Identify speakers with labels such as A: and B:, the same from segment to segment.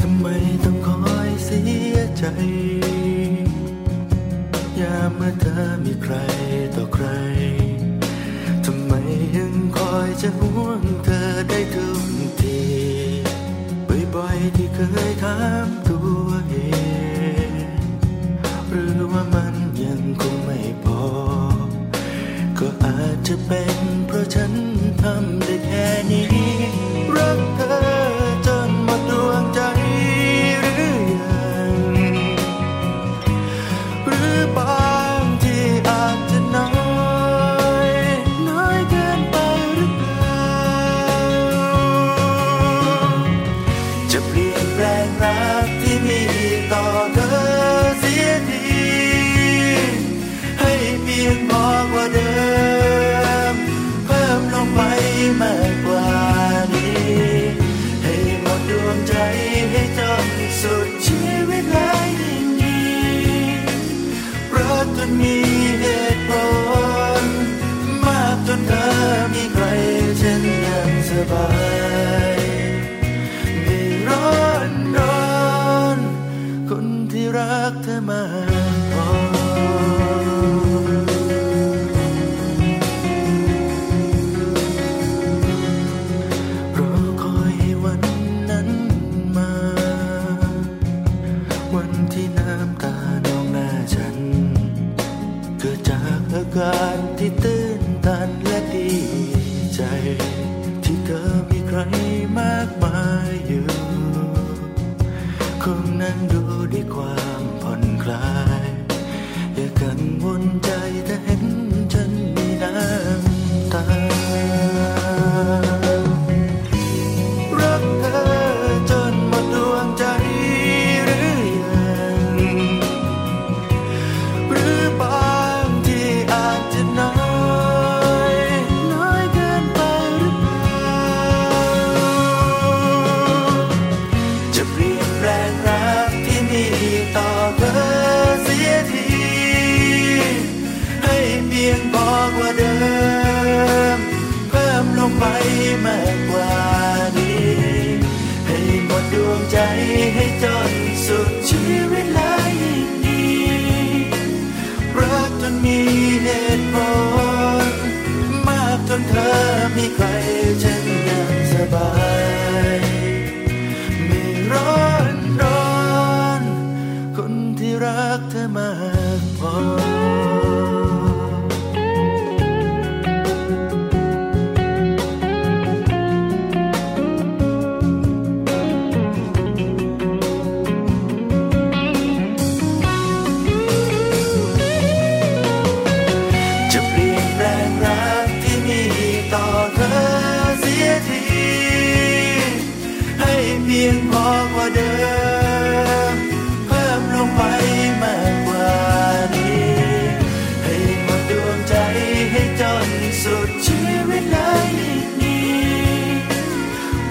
A: ทำไมต้องคอยเสียใจ ยามเมื่อเธอมีใครต่อใคร ทำไมยังคอยจะห่วงเธอได้ทุกที บ่อยๆที่เคยถามตัวเอง หรือว่ามันยังคงไม่พอ ก็อาจจะเป็นเพราะฉันทำได้แค่นี้ รักเธอจนหมดดวงใจหรือยัง หรือบางที่อาจจะน้อยน้อยเกินไปหรือเปล่า จะเปลี่ยนแปลงรักที่มีต่อเธอเสียที ให้เพียงพอกว่าเดิม เพิ่มลงไปมากกว่านี้ ให้หมดดวงใจให้จนสุดชีวิตเลยยิ่งดีเพราะจนมีเหตุผลมากจนเธอมีใครเช่นยังสบาย ไม่ร้อนร้อนคนที่รักเธอมากพอ รอคอยให้วันนั้นมา วันที่น้ำตาน้องหน้าฉัน เกิดจากอาการที่ตื้นตันและดีใจ ที่เธอมีใครมากมายอยู่ คงนั่งดูด้วยความผ่อนคลาย อย่ากังวลใจถ้าเห็นฉันมีน้ำตา รักเธอจนหมดดวงใจหรือยังหรือบางที่อาจจะน้อยน้อยเกินไปหรือเปล่า จะเปลี่ยนแปลงรักที่มีต่อเธอเสียที ให้เพียงบอกว่าเดิม เพิ่มลงไปมากกว่านี้ ให้หมดดวงใจให้จนสุดชีวิตเลยยิ่งดีรักจนมีเหตุผลมากจนเธอมีใครเช่นยังสบาย ไม่ร้อนร้อนคนที่รักเธอมากพอ จะเปลี่ยนแปลงรักที่มีต่อเธอเสียที ให้เพียงพอกว่าเดิม เพิ่มลงไปมากกว่านี้ ให้หมดดวงใจให้จนสุดชีวิตเลยยิ่งดี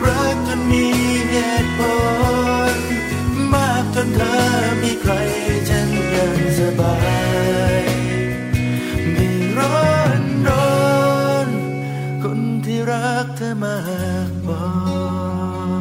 A: รักจนมีเหตุผลมากจนเธอมีใครฉันยังสบาย ไม่ร้อนร้อนคนที่รักเธอมากพอ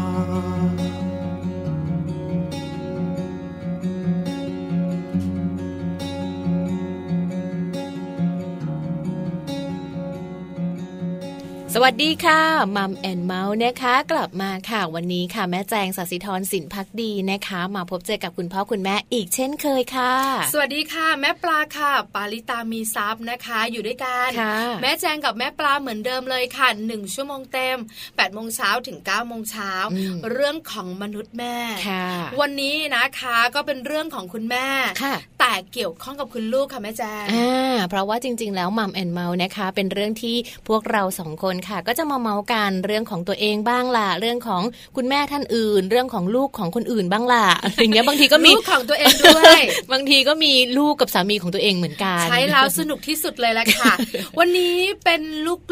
B: สวัสดีค่ะมัมแอนเมาส์นะคะ กลับมาค่ะวันนี้ค่ะแม่แจงสาสิธรสินพักดีนะคะ มาพบเจอกับคุณพ่อคุณแม่อีกเช่นเคยค่ะ
C: สวัสดีค่ะ แม่ปลาค่ะ ปาลิตามีซับนะคะ อยู่ด้วยกัน
B: ค่ะ
C: แม่แจงกับแม่ปลาเหมือนเดิมเลยค่ะหนึ่งชั่วโมงเต็ม8ปดโมงเช้าถึง9ก้าโมงเช้าเรื่องของมนุษย์แม่
B: ค่ะ
C: วันนี้นะคะก็เป็นเรื่องของคุณแม่
B: ค่ะ
C: แต่เกี่ยวข้องกับคุณลูกค่ะแม่แจง
B: อ่าเพราะว่าจริง ๆ แล้วมัมแอนเมาส์นะคะ เป็นเรื่องที่พวกเราสองคน ค่ะ ก็จะมาเมาส์กันเรื่องของตัวเองบ้างล่ะ เรื่องของคุณแม่ท่านอื่น เรื่องของลูกของคนอื่นบ้างล่ะอะไรเงี้ยบางทีก็มี
C: ลูกของตัวเองด้วย
B: บางทีก็มีลูกกับสามีของตัวเองเหมือนกัน
C: ใช้แล้วสนุกที่สุดเลยละค่ะ วันนี้เป็น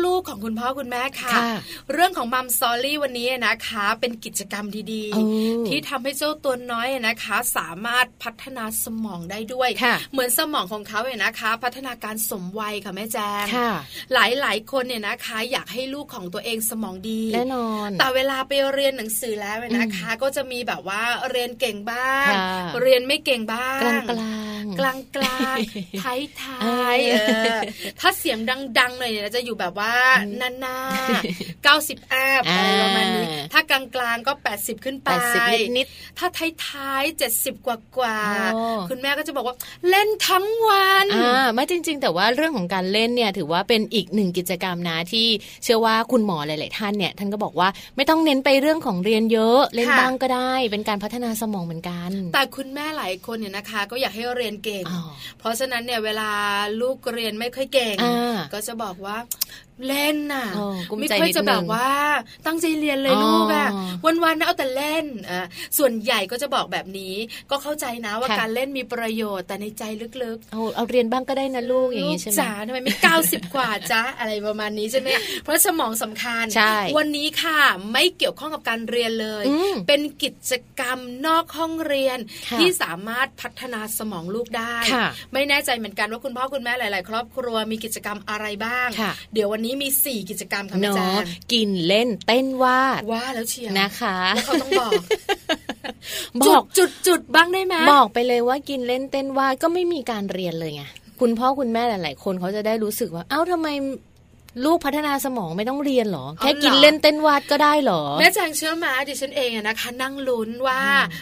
C: ลูกๆของคุณพ่อคุณแม่ค่ะ
B: ค่ะ
C: เรื่องของมัมซอรี่วันนี้นะคะ เป็นกิจกรรมดี
B: โอ้
C: ๆ ที่ทำให้เจ้าตัวน้อยนะคะ สามารถพัฒนาสมองได้ด้วย
B: ค่ะ
C: เหมือนสมองของเขาเนี่ยนะคะ พัฒนาการสมวัยค่ะแม่แจม
B: ค่ะ
C: หลายๆคนเนี่ยนะคะ อยากให้ลูกของตัวเองสมองดี
B: แน่นอน
C: แต่เวลาไปเรียนหนังสือแล้วเนี่ยนะคะ ก็จะมีแบบว่าเรียนเก่งบ้าง
B: ค่ะ
C: เรียนไม่เก่งบ้าง
B: กลางกลางๆ
C: กลางกลาง ๆ ท้ายท้ายๆ
B: เออ
C: เออถ้าเสียงดังๆหน่อยเนี่ยจะอยู่แบบว่านานาเก้าสิบแอบ
B: อ่า
C: อะไรประมาณนี้ถ้ากลางกลางๆก็ 80 ขึ้นไป
B: แปดสิบนิด
C: ถ้าท้ายท้ายๆ70 กว่ากว่าๆ
B: โอ้
C: คุณแม่ก็จะบอกว่าเล่นทั้งวัน
B: ๆอ่าไม่จริง ๆ แต่ว่าเรื่องของการเล่นเนี่ยถือว่าเป็นอีกหนึ่งกิจกรรมนะที่เชื่อว่าคุณหมอหลาย ๆ ท่านเนี่ยท่านก็บอกว่าไม่ต้องเน้นไปเรื่องของเรียนเยอะเล่น
C: ค่ะ
B: บ้างก็ได้ เป็นการพัฒนาสมองเหมือนกัน
C: แต่คุณแม่หลายคนเนี่ยนะคะ ก็อยากให้เรียนเก่ง
B: อ๋อ
C: เพราะฉะนั้นเนี่ยเวลาลูกเรียนไม่ค่อยเก่ง
B: อ่า
C: ก็จะบอกว่าเล่นน่ะ
B: เออกุม
C: ไม่
B: ใจ
C: ค่อย
B: นิด
C: จะแบบ
B: นึง
C: ว่าตั้งใจเรียนเลย
B: อ๋อ
C: ลูกอะวันๆนะเอาแต่เล่นอ่ะส่วนใหญ่ก็จะบอกแบบนี้ ก็เข้าใจนะว่า
B: ค่ะ
C: การเล่นมีประโยชน์แต่ในใจลึก
B: เอาเอาเรียนบ้างก็ได้นะลูก
C: ๆ
B: อย่างนี้ใช่ไหม
C: จ๋าทำไมไม่เก้าสิบกว่าจ้าอะไรประมาณนี้ใช่ไหมเพราะสมองสำคัญ
B: ใช่
C: วันนี้ค่ะไม่เกี่ยวข้องกับการเรียนเลย
B: อืม
C: เป็นกิจกรรมนอกห้องเรียน
B: ค่ะ
C: ที่สามารถพัฒนาสมองลูกได้
B: ค่ะ
C: ไม่แน่ใจเหมือนกันว่าคุณพ่อคุณแม่หลาย ๆ ครอบครัวมีกิจกรรมอะไรบ้าง
B: ค่ะ
C: เดี๋ยววันนี้มี 4 กิจกรรมค่ะแม่
B: เนา
C: แจา
B: ะกินเล่นเต้นวาด
C: ว่าแล้วเชียว
B: นะคะ
C: แล้วเขาต้องบอก
B: บ
C: จุ
B: อ
C: ด
B: ก
C: จุดจุดบ้างได้ไหม
B: บอกไปเลยว่ากินเล่นเต้นวาดก็ไม่มีการเรียนเลยไงคุณพ่อคุณแม่หลายๆ คนเขาจะได้รู้สึกว่า เอ้าทำไมลูกพัฒนาสมองไม่ต้องเรียนหรอ
C: เอา
B: แค่กิน
C: เหรอ
B: เล่นเต้นวาดก็ได้หรอ
C: แม่แจงเชื่อมาดิฉันเองอะนะคะ นั่งลุ้นว่า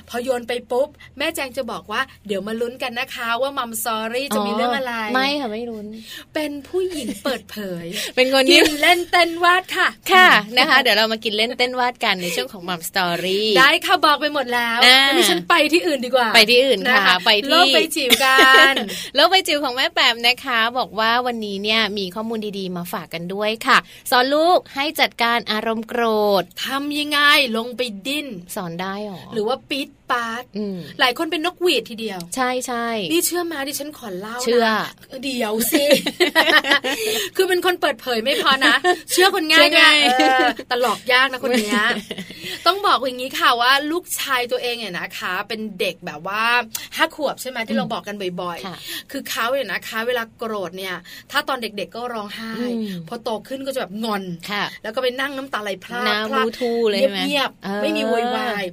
C: พอโยนไปปุ๊บ แม่แจงจะบอกว่า เดี๋ยวมาลุ้นกันนะคะ ว่ามัมซอรี่จะมีเรื่องอะไร
B: ไม่ค่ะ ไม่รุน
C: เป็นผู้หญิงเปิดเผ ย
B: เป็นคน
C: กิ
B: นี้
C: นเล่นเต้นวาดค่ะ
B: ค่ะนะคะเดี๋ยวเรามากินเล่นเต้นวาดกันในช่วงของมัมสตอรี่
C: ได้ค่ะบอกไปหมดแล้ว
B: อ่า
C: งั้นดิฉันไปที่อื่นดีกว่า
B: ไปที่อื่นค่ะ
C: คะ
B: ไปที่
C: โลกไปจีบกัน
B: แล้วใบจิ๋วของแม่แปมนะคะ บอกว่าวันนี้เนี่ยมีข้อมูลดีๆ มาฝากกันด้วยค่ะ สอนลูกให้จัดการอารมณ์โกรธ
C: ทำยังไงลงไปดิ้น
B: สอนได้หรอ
C: หรือว่าปี๊ดปาด
B: อืม
C: หลายคนเป็นนกหวีดทีเดียว
B: ใช่ใช่
C: นี่เชื่อมาดิฉันขอเล่านะ
B: เชื่อ
C: เดี๋ยวสิ คือเป็นคนเปิดเผยไม่พอนะ เชื่อคนง่าย
B: เชื่อ
C: ด้วย
B: ง่าย
C: เออแต่หลอกยากนะคนเนี้ ย ต้องบอกอย่างนี้ค่ะว่าลูกชายตัวเองเนี่ยนะคะ เป็นเด็กแบบว่าห้าขวบใช่ไหมที่เราบอกกันบ่อย ๆ
B: ค่ะ
C: คือเขาเนี่ยนะคะ เวลาโกรธเนี่ย ถ้าตอนเด็กๆก็ร้องไห้
B: อืม
C: พอโตขึ้นก็จะแบบงอน
B: ค่ะ
C: แล้วก็ไปนั่งน้ำตาไหลพราก
B: น้ำ
C: พราก
B: รู้ทู่เลยใช่ไหม
C: เงียบ
B: เออ
C: ๆไม่มีโวยวาย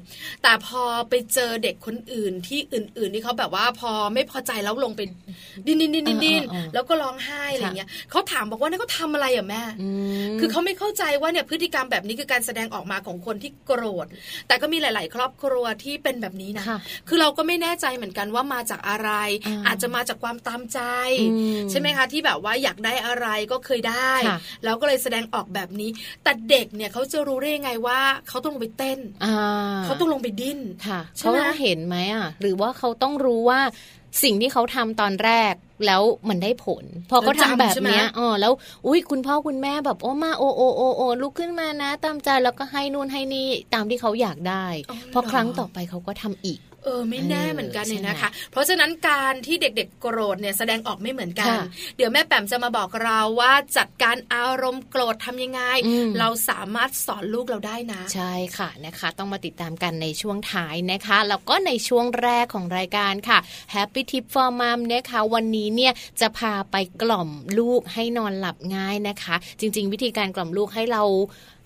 C: แต่พอไปเจอเด็กคนอื่นที่อื่น ๆ ที่เขาแบบว่าพอไม่พอใจแล้วลงไปดิ้นดิ้นดิ้นดิ้นดิ้น
B: เออเออเออ
C: แล้วก็ร้องไห้อะไร
B: ค่ะ
C: เงี้ยเขาถามบอกว่านั่นเขาทำอะไรอ่ะแม่
B: อืม
C: คือเขาไม่เข้าใจว่าเนี่ยพฤติกรรมแบบนี้คือการแสดงออกมาของคนที่โกรธ แต่ก็มีหลาย ๆ ครอบครัวที่เป็นแบบนี้นะ
B: ค่ะ
C: คือเราก็ไม่แน่ใจเหมือนกันว่ามาจากอะไร
B: อ่า
C: อาจจะมาจากความตามใจ
B: อืม
C: ใช่ไหมคะ ที่แบบว่าอยากได้อะไรก็เคยได้
B: ค่ะ
C: แล้วก็เลยแสดงออกแบบนี้ แต่เด็กเนี่ยเขาจะรู้ได้ยังไงว่า เขาต้องลงไปเต้น
B: อ่า
C: เขาต้องลงไปดิ้น
B: ค่ะ
C: ใช่
B: เขา
C: ไหม
B: ต้องเห็นไหมอ่ะ หรือว่าเขาต้องรู้ว่าสิ่งที่เขาทำตอนแรกแล้วมันได้ผล พอเขาทำแบบเนี้ยอ๋อแล้วอุ้ยคุณพ่อคุณแม่แบบโอ้มาโอโอโอโอลุกขึ้นมานะ ตามใจแล้วก็ให้นู่นให้นี่ตามที่เขาอยากได้ พอครั้งต่อไปเขาก็ทำอีก
C: เออไม่แน่เหมือนกันเนี่ย
B: เออ
C: นะ
B: ใช่ไหม
C: คะ เพราะฉะนั้นการที่เด็กๆโกรธเนี่ยแสดงออกไม่เหมือนกัน
B: ค่ะ
C: เดี๋ยวแม่แปมจะมาบอกเราว่าจัดการอารมณ์โกรธทำยังไง
B: อืม
C: เราสามารถสอนลูกเราได้นะ
B: ใช่ค่ะนะคะ ต้องมาติดตามกันในช่วงท้ายนะคะ แล้วก็ในช่วงแรกของรายการค่ะ Happy Tip for Mom นะคะ วันนี้เนี่ยจะพาไปกล่อมลูกให้นอนหลับง่ายนะคะ จริง ๆ วิธีการกล่อมลูกให้เรา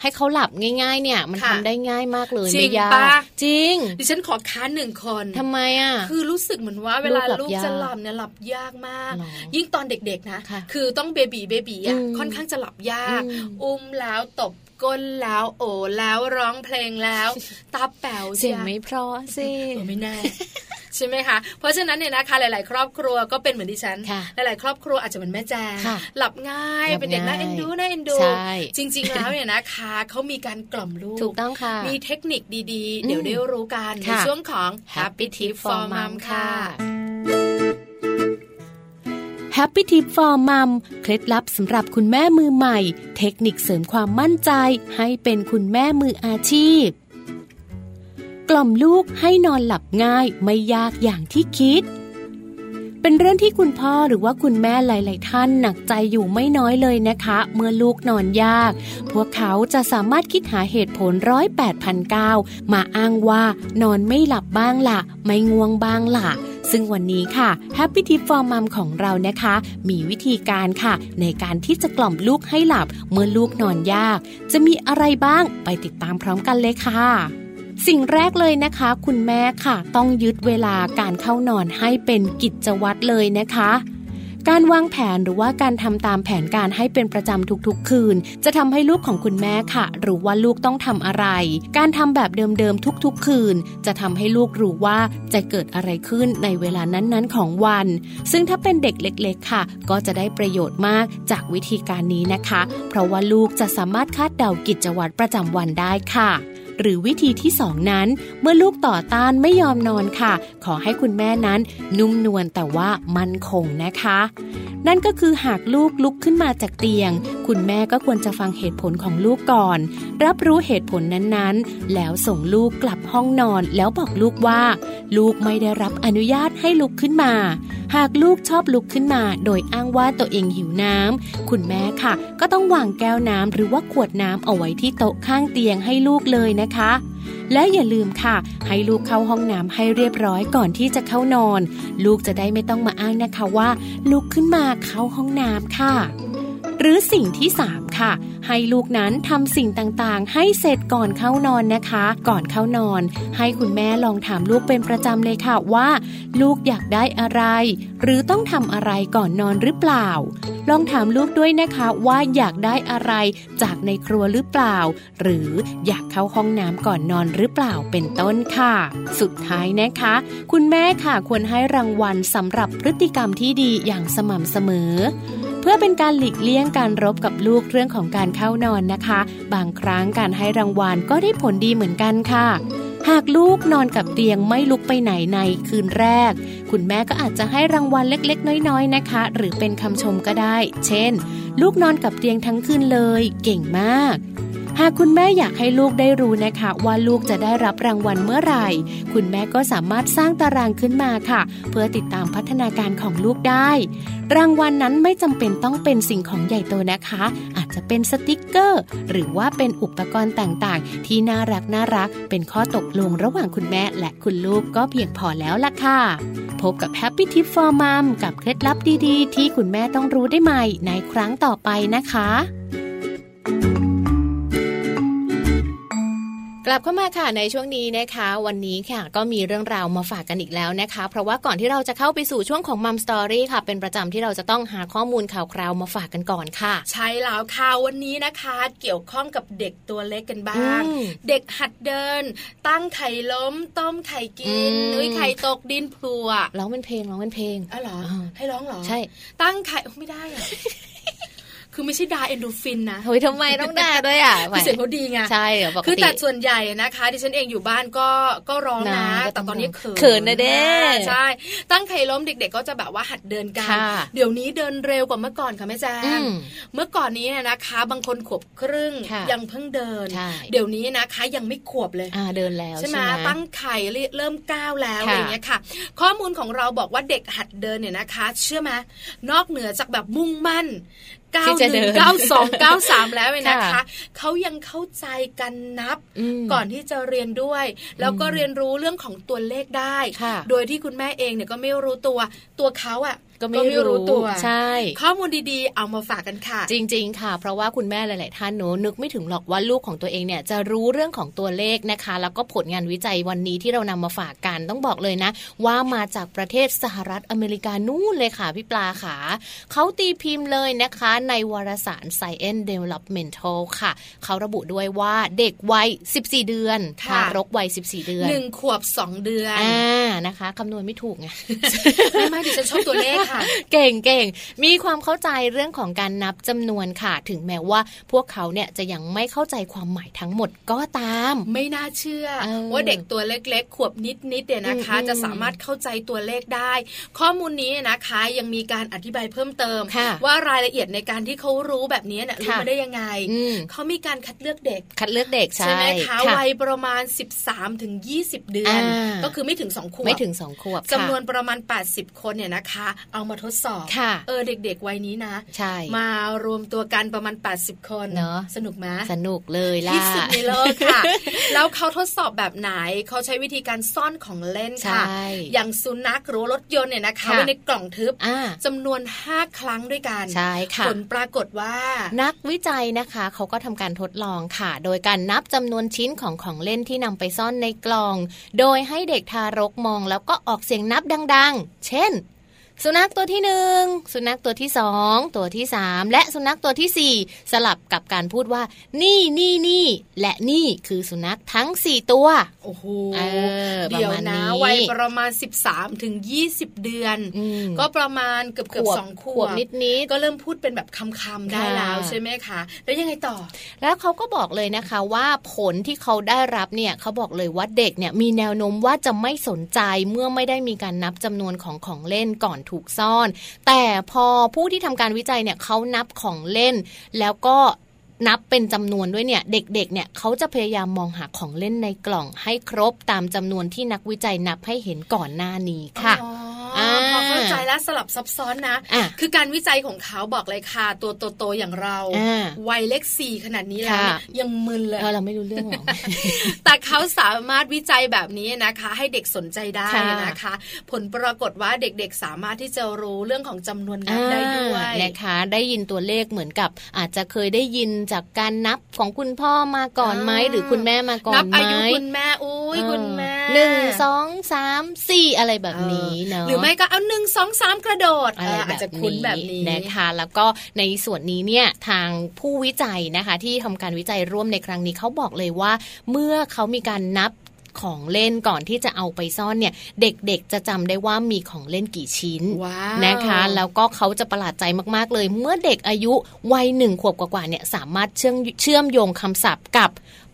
B: ให้เขาหลับง่าย ๆ เนี่ย มัน
C: ค่ะ
B: ทำได้ง่ายมากเลย
C: จริง
B: ไม่ยา
C: ปะ
B: กจริง
C: ดิฉันขอค้านหนึ่งคน
B: ทำไมอ่ะ
C: คือรู้สึกเหมือนว่าเวลา
B: ลู
C: ลู
B: ก
C: ก
B: หลับยาก
C: จะหลับเนี่ยหลับยากมาก
B: หรอ
C: ยิ่งตอนเด็กๆนะ
B: ค่ะ
C: อต้องเบบีเบบีอ่ะ
B: อืม
C: ค่อนข้างจะหลับยาก
B: อืม
C: อุ้มแล้วตบก้นแล้วโอแล้วร้องเพลง แล้วตาแป๋ว
B: เสียง
C: จ้ะ
B: ไม่เพราะสิ
C: เออไม่แน่ ใช่ไหมคะ เพราะฉะนั้นเนี่ยนะคะหลาย ๆ ครอบครัวก็เป็นเหมือนดิฉัน
B: ค่ะ
C: หลาย ๆ ครอบครัวอาจจะเหมือนแม่แจง
B: ค่ะ
C: หลับง่าย
B: หลับง่าย
C: เป็นเด็กน่าเอ็นดูน่าเอ็นดู
B: ใช่
C: จริง ๆ แล้วเนี่ยนะคะเขามีการกล่อมลู
B: ถูกต้องค่ะ
C: มีเทคนิคดี
B: อืม
C: ๆเดี๋ยวได้รู้กันใน
B: ค่ะ
C: ช่วงของ
B: Happy
C: Happy
B: Tip
C: Tip for
B: for
C: Mom
B: Mom ค่ะ
C: ค่ะ
B: Happy Tip for Mom เคล็ดลับสำหรับคุณแม่มือใหม่ เทคนิคเสริมความมั่นใจ ให้เป็นคุณแม่มืออาชีพ กล่อมลูกให้นอนหลับง่ายไม่ยากอย่างที่คิด เป็นเรื่องที่คุณพ่อหรือว่าคุณแม่หลาย ๆ ท่านหนักใจอยู่ไม่น้อยเลยนะคะ เมื่อลูกนอนยาก พวกเขาจะสามารถคิดหาเหตุผลร้อยแปดพันเก้ามาอ้างว่านอนไม่หลับบ้างละ่ะ ไม่ง่วงบ้างละ่ะ ซึ่งวันนี้ค่ะ Happy Tip for Mom ของเรานะคะ มีวิธีการค่ะ ในการที่จะกล่อมลูกให้หลับเมื่อลูกนอนยาก จะมีอะไรบ้างไปติดตามพร้อมกันเลยค่ะ สิ่งแรกเลยนะคะ คุณแม่ค่ะ ต้องยึดเวลาการเข้านอนให้เป็นกิจวัตรเลยนะคะ การวางแผนหรือว่าการทำตามแผนการให้เป็นประจำทุกๆ คืน จะทำให้ลูกของคุณแม่ค่ะ รู้ว่าลูกต้องทำอะไร การทำแบบเดิมๆทุกๆ คืน จะทำให้ลูกรู้ว่าจะเกิดอะไรขึ้นในเวลานั้นๆของวัน ซึ่งถ้าเป็นเด็กเล็กๆ ค่ะ ก็จะได้ประโยชน์มากจากวิธีการนี้นะคะ เพราะว่าลูกจะสามารถคาดเดากิจวัตรประจำวันได้ค่ะ หรือวิธีที่สองนั้น เมื่อลูกต่อต้านไม่ยอมนอนค่ะ ขอให้คุณแม่นั้นนุ่มนวลแต่ว่ามั่นคงนะคะ นั่นก็คือหากลูกลุกขึ้นมาจากเตียง คุณแม่ก็ควรจะฟังเหตุผลของลูกก่อน รับรู้เหตุผลนั้นๆ แล้วส่งลูกกลับห้องนอน แล้วบอกลูกว่า ลูกไม่ได้รับอนุญาตให้ลุกขึ้นมา หากลูกชอบลุกขึ้นมา โดยอ้างว่าตัวเองหิวน้ำ คุณแม่ค่ะ ก็ต้องวางแก้วน้ำหรือว่าขวดน้ำเอาไว้ที่โต๊ะข้างเตียงให้ลูกเลยนะคะ และอย่าลืมค่ะ ให้ลูกเข้าห้องน้ำให้เรียบร้อยก่อนที่จะเข้านอน ลูกจะได้ไม่ต้องมาอ้างนะคะว่า ลุกขึ้นมาเข้าห้องน้ำค่ะ หรือสิ่งที่ 3 ค่ะ ให้ลูกนั้นทำสิ่งต่างๆ ให้เสร็จก่อนเข้านอนนะคะ ก่อนเข้านอน ให้คุณแม่ลองถามลูกเป็นประจำเลยค่ะว่า ลูกอยากได้อะไร หรือต้องทำอะไรก่อนนอนหรือเปล่า ลองถามลูกด้วยนะคะว่าอยากได้อะไรจากในครัวหรือเปล่า หรืออยากเข้าห้องน้ำก่อนนอนหรือเปล่าเป็นต้นค่ะ สุดท้ายนะคะ คุณแม่ค่ะควรให้รางวัลสำหรับพฤติกรรมที่ดีอย่างสม่ำเสมอ เพื่อเป็นการหลีกเลี่ยงการรบกับลูกเรื่องของการเข้านอนนะคะ บางครั้งการให้รางวัลก็ได้ผลดีเหมือนกันค่ะ หากลูกนอนกับเตียงไม่ลุกไปไหนในคืนแรก คุณแม่ก็อาจจะให้รางวัลเล็กๆ น้อยๆ นะคะ หรือเป็นคำชมก็ได้ เช่น ลูกนอนกับเตียงทั้งคืนเลย เก่งมาก หากคุณแม่อยากให้ลูกได้รู้นะคะ ว่าลูกจะได้รับรางวัลเมื่อไหร่ คุณแม่ก็สามารถสร้างตารางขึ้นมาค่ะ เพื่อติดตามพัฒนาการของลูกได้ รางวัลนนั้นไม่จำเป็นต้องเป็นสิ่งของใหญ่โตนะคะ อาจจะเป็นสติกเกอร์ หรือว่าเป็นอุปกรณ์ต่างๆ ที่น่ารักน่ารัก เป็นข้อตกลงระหว่างคุณแม่และคุณลูกก็เพียงพอแล้วล่ะค่ะ พบกับ Happy Tip for Mom กับเคล็ดลับดีๆ ที่คุณแม่ต้องรู้ได้ใหม่ในครั้งต่อไปนะคะ
D: กลับเข้ามาค่ะในช่วงนี้นะคะ วันนี้ค่ะก็มีเรื่องราวมาฝากกันอีกแล้วนะคะ เพราะว่าก่อนที่เราจะเข้าไปสู่ช่วงของมัมสตอรี่ค่ะ เป็นประจำที่เราจะต้องหาข้อมูลข่าวคราวมาฝากกันก่อนค่ะ
C: ใช่แล้วค่ะวันนี้นะคะ เกี่ยวข้องกับเด็กตัวเล็กกันบ้าง
D: อืม
C: เด็กหัดเดิน ตั้งไข่ล้ม ต้มไข่กิน
D: อืม
C: นุ้ยไข่ตกดินพลัว
D: ร้องเป็นเพลงร้องเป็นเพลง
C: อ๋อเหรอ
D: อ่า
C: ให้ร้องเหรอ
D: ใช่
C: ตั้งไข่โอ้ไม่ได้อะ คือไม่ใช่ดาเอนโดรฟินนะ
D: เฮ้ยทำไมต้องได้ด้วย อ่ะ
C: คือเสียงเขาดีไง
D: ใช่เดี๋ยวปกติ
C: คือแต่ส่วนใหญ่นะคะ ดิฉันเองอยู่บ้านก็ก็ร้องนะ
D: นะก็ต้
C: แต่
D: อง
C: ตอนนี้
D: ร้อง
C: เขิน
D: เขินนะเด้
C: อ่าใช่ ตั้งไข่ล้มเด็กๆ ก็จะแบบว่าหัดเดินกัน
D: ค่ะ
C: เดี๋ยวนี้เดินเร็วกว่าเมื่อก่อนค่ะแม่แจ้
D: อื
C: ง
D: ม
C: เมื่อก่อนนี้เนี่ยนะคะ บางคนขวบครึ่ง
D: ค่ะ
C: ยังเพิ่งเดิน
D: ใช่
C: เดี๋ยวนี้นะคะยังไม่ขวบเลย
D: อ่าเดินแล้วใช่
C: ใช่
D: ไหม
C: ไหมตั้งไข่เริ่มก้าวแล้ว
D: ค่ะ
C: อะไรอย่างเงี้ยค่ะ ข้อมูลของเราบอกว่าเด็กหัดเดินเนี่ยนะคะ เชื่อไหมนอกเหนือจากแบบมุ่งมั่นเก้า
D: ที่
C: ห
D: จะเดิ
C: นึ่
D: น
C: งเก้าสองเก้าสามแล้วเนี่ยนะคะ
D: ค่ะ
C: เขายังเข้าใจกันนับ
D: อืม
C: ก่อนที่จะเรียนด้วย แล้วก็เรียนรู้เรื่องของตัวเลขได้
D: ค่ะ
C: โดยที่คุณแม่เองเนี่ยก็ไม่รู้ตัวตัวเขาอ่ะ
D: ก็ไม่รู้
C: ตัว
D: ใช่
C: ข้อมูลดีๆ เอามาฝากกันค่ะ
D: จริง ๆ ค่ะ เพราะว่าคุณแม่หลาย ๆ ท่านหนูนึกไม่ถึงหรอกว่าลูกของตัวเองเนี่ยจะรู้เรื่องของตัวเลขนะคะ แล้วก็ผลงานวิจัยวันนี้ที่เรานำมาฝากกันต้องบอกเลยนะ ว่ามาจากประเทศสหรัฐอเมริกานู่นเลยค่ะพี่ปลาค่ะเขาตีพิมพ์เลยนะคะ ในวารสาร Science Developmental ค่ะ เขาระบุด้วยว่าเด็กวัย 14 เดือน
C: ค่ะ
D: ทารกวัย 14 เดือน
C: หนึ่งขวบสองเดือน
D: อ่านะคะคำนวณไม่ถูกไง
C: ไม่ไม่ดิฉันชอบตัวเลข ค่ะ
B: เก่งเก่งมีความเข้าใจเรื่องของการนับจำนวนค่ะ ถึงแม้ว่าพวกเขาเนี่ยจะยังไม่เข้าใจความหมายทั้งหมดก็ตาม
C: ไม่น่าเชื่อ
B: เออ
C: ว่าเด็กตัวเล็กๆ ขวบนิดๆเนี่ยนะคะ
B: อืม
C: จะสามารถเข้าใจตัวเลขได้ ข้อมูลนี้นะคะยังมีการอธิบายเพิ่มเติม
B: ค่ะ
C: ว่ารายละเอียดในการที่เขารู้แบบนี้เนี่ยรู้
B: ค่ะ
C: มาได้ยังไง
B: อืม
C: เขามีการคัดเลือกเด็ก
B: คัดเลือกเด็กใช่
C: ใช่ไหมคะ
B: ค่ะ
C: วัยประมาณ 13ถึง20 เดือน
B: อ่า
C: ก็คือไม่ถึง 2 ขวบ
B: ไม่ถึงสองขวบค่ะ
C: จำนวนประมาณ 80 คนเนี่ยนะคะ เอามาทดสอบ
B: ค่ะ
C: เออเด็กๆวัยนี้นะ
B: ใช่
C: มารวมตัวกันประมาณ 80 คน
B: เนอะ
C: สนุกไหม
B: สนุกเลยล่ะ
C: ที่สุดในโลกค่ะ แล้วเขาทดสอบแบบไหนเขาใช้วิธีการซ่อนของเล่นค่ะ
B: ใช่
C: อย่างสุนัขหรือรถยนต์เนี่ยนะคะ
B: ค่ะ
C: ไว้ในกล่องทึบ
B: อ่า
C: จำนวน 5 ครั้งด้วยกัน
B: ใช่ค่ะ
C: ผลปรากฏว่า
B: นักวิจัยนะคะเขาก็ทำการทดลองค่ะ โดยการนับจำนวนชิ้นของของเล่นที่นำไปซ่อนในกล่อง โดยให้เด็กทารกมองแล้วก็ออกเสียงนับดัง ๆ เช่น สุนัขตัวที่หนึ่งสุนัขตัวที่สองตัวที่สามและสุนัขตัวที่สี่สลับกับการพูดว่า นี่นี่นี่และนี่คือสุนัขทั้งสี่ตัว
C: โอ้โห
B: เออประ
C: เดี๋ยว
B: มาณ
C: นะ
B: นี้
C: วัยประมาณ 13ถึง20 เดือน
B: อืม
C: ก็ประมาณเกือบเกือบสองข
B: ข
C: ว
B: ว
C: บบ
B: นิด
C: ก็เริ่มพูดเป็นแบบคำๆได้
B: ค่ะ
C: แล้วใช่ไหมคะ แล้วยังไงต่อ
B: ๆแล้วเขาก็บอกเลยนะคะว่าผลที่เขาได้รับเนี่ยเขาบอกเลยว่าเด็กเนี่ยมีแนวโน้มว่าจะไม่สนใจเมื่อไม่ได้มีการนับจำนวนของของเล่นก่อนถูกซ่อน แต่พอผู้ที่ทำการวิจัยเนี่ยเขานับของเล่น แล้วก็นับเป็นจำนวนด้วยเนี่ย เด็กๆเนี่ยเขาจะพยายามมองหาของเล่นในกล่องให้ครบตามจำนวนที่นักวิจัยนับให้เห็นก่อนหน้านี้ค่ะ
C: อ๋ออา พอเข้าใจแล้วสลับซับซ้อนนะ
B: อ่ะ
C: คือการวิจัยของเขาบอกเลยค่ะ ตัวโตๆอย่างเรา
B: อ่า
C: วัยเลขสี่ขนาดนี้แล้วเนี่ย
B: ค่ะ
C: ยังมึนเลย
B: เออเราไม่รู้เรื่องหรอ
C: แต่เขาสามารถวิจัยแบบนี้นะคะ ให้เด็กสนใจได้
B: ค่ะ
C: นะคะ ผลปรากฏว่าเด็กๆ สามารถที่จะรู้เรื่องของจำนวนนับได้ด้วย
B: อ่านะคะได้ยินตัวเลขเหมือนกับ อาจจะเคยได้ยินจากการนับของคุณพ่อมาก่อนไหม
C: อ่า
B: หรือคุณแม่มาก่อ
C: นั
B: น
C: บ
B: ไหม
C: อายุคุณแม่อุ้ยคุณแม่
B: หนึ่งสองสามสี่อะไรแบบนี้เนาะ
C: หรือไม่ก็เอาหนึ่งสองสามกระโดด
B: อะไร
C: เออ
B: แบ
C: อาจ
B: บ
C: จะคุ้น
B: นี้
C: แบบนี้
B: นะคะแล้วก็ในส่วนนี้เนี่ยทางผู้วิจัยนะคะ ที่ทำการวิจัยร่วมในครั้งนี้เขาบอกเลยว่า เมื่อเขามีการนับของเล่นก่อนที่จะเอาไปซ่อนเนี่ย เด็กๆจะจำได้ว่ามีของเล่นกี่ชิ้น
C: ว้าว
B: นะคะแล้วก็เขาจะประหลาดใจมากๆเลย เมื่อเด็กอายุวัยหนึ่งขวบกว่าๆเนี่ยสามารถเชื่อมเชื่อมโยงคำศัพท์กับ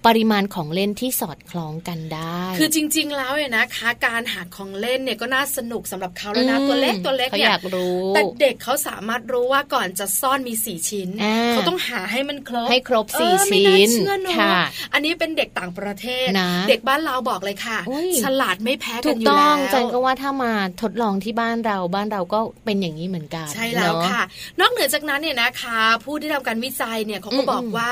B: ปริมาณของเล่นที่สอดคล้องกันได้
C: คือจริง ๆ แล้วเนี่ยนะคะ การหาของเล่นเนี่ยก็น่าสนุกสำหรับเขาแล้วนะ
B: อืม
C: ตัวเล็กตัวเล็ก
B: เขา
C: เนี่
B: อย ยากรู้
C: แต่เด็กเขาสามารถรู้ว่าก่อนจะซ่อนมีสี่ชิ้น
B: อ่า
C: เขาต้องหาให้มันครบ
B: ให้ครบสี่
C: เออไม่า
B: ชิ้น
C: เชื่อเนอ
B: ค่ะ
C: อันนี้เป็นเด็กต่างประเทศ
B: นะ
C: เด็กบ้านเราบอกเลยค่ะ
B: อุ้ย
C: ฉลาดไม่แพ้กั
B: ถู
C: น
B: ก
C: อยู่
B: ต้
C: แล้
B: อง
C: ว
B: จันก็ว่าถ้ามาทดลองที่บ้านเราบ้านเราก็เป็นอย่างนี้เหมือนกัน
C: ใช่แล้ว
B: เนา
C: ค่ะ นอกเหนือจากนั้นเนี่ยนะคะ ผู้ที่ทำการวิจัยเนี่ยเขาก็
B: อืม
C: บอกว่า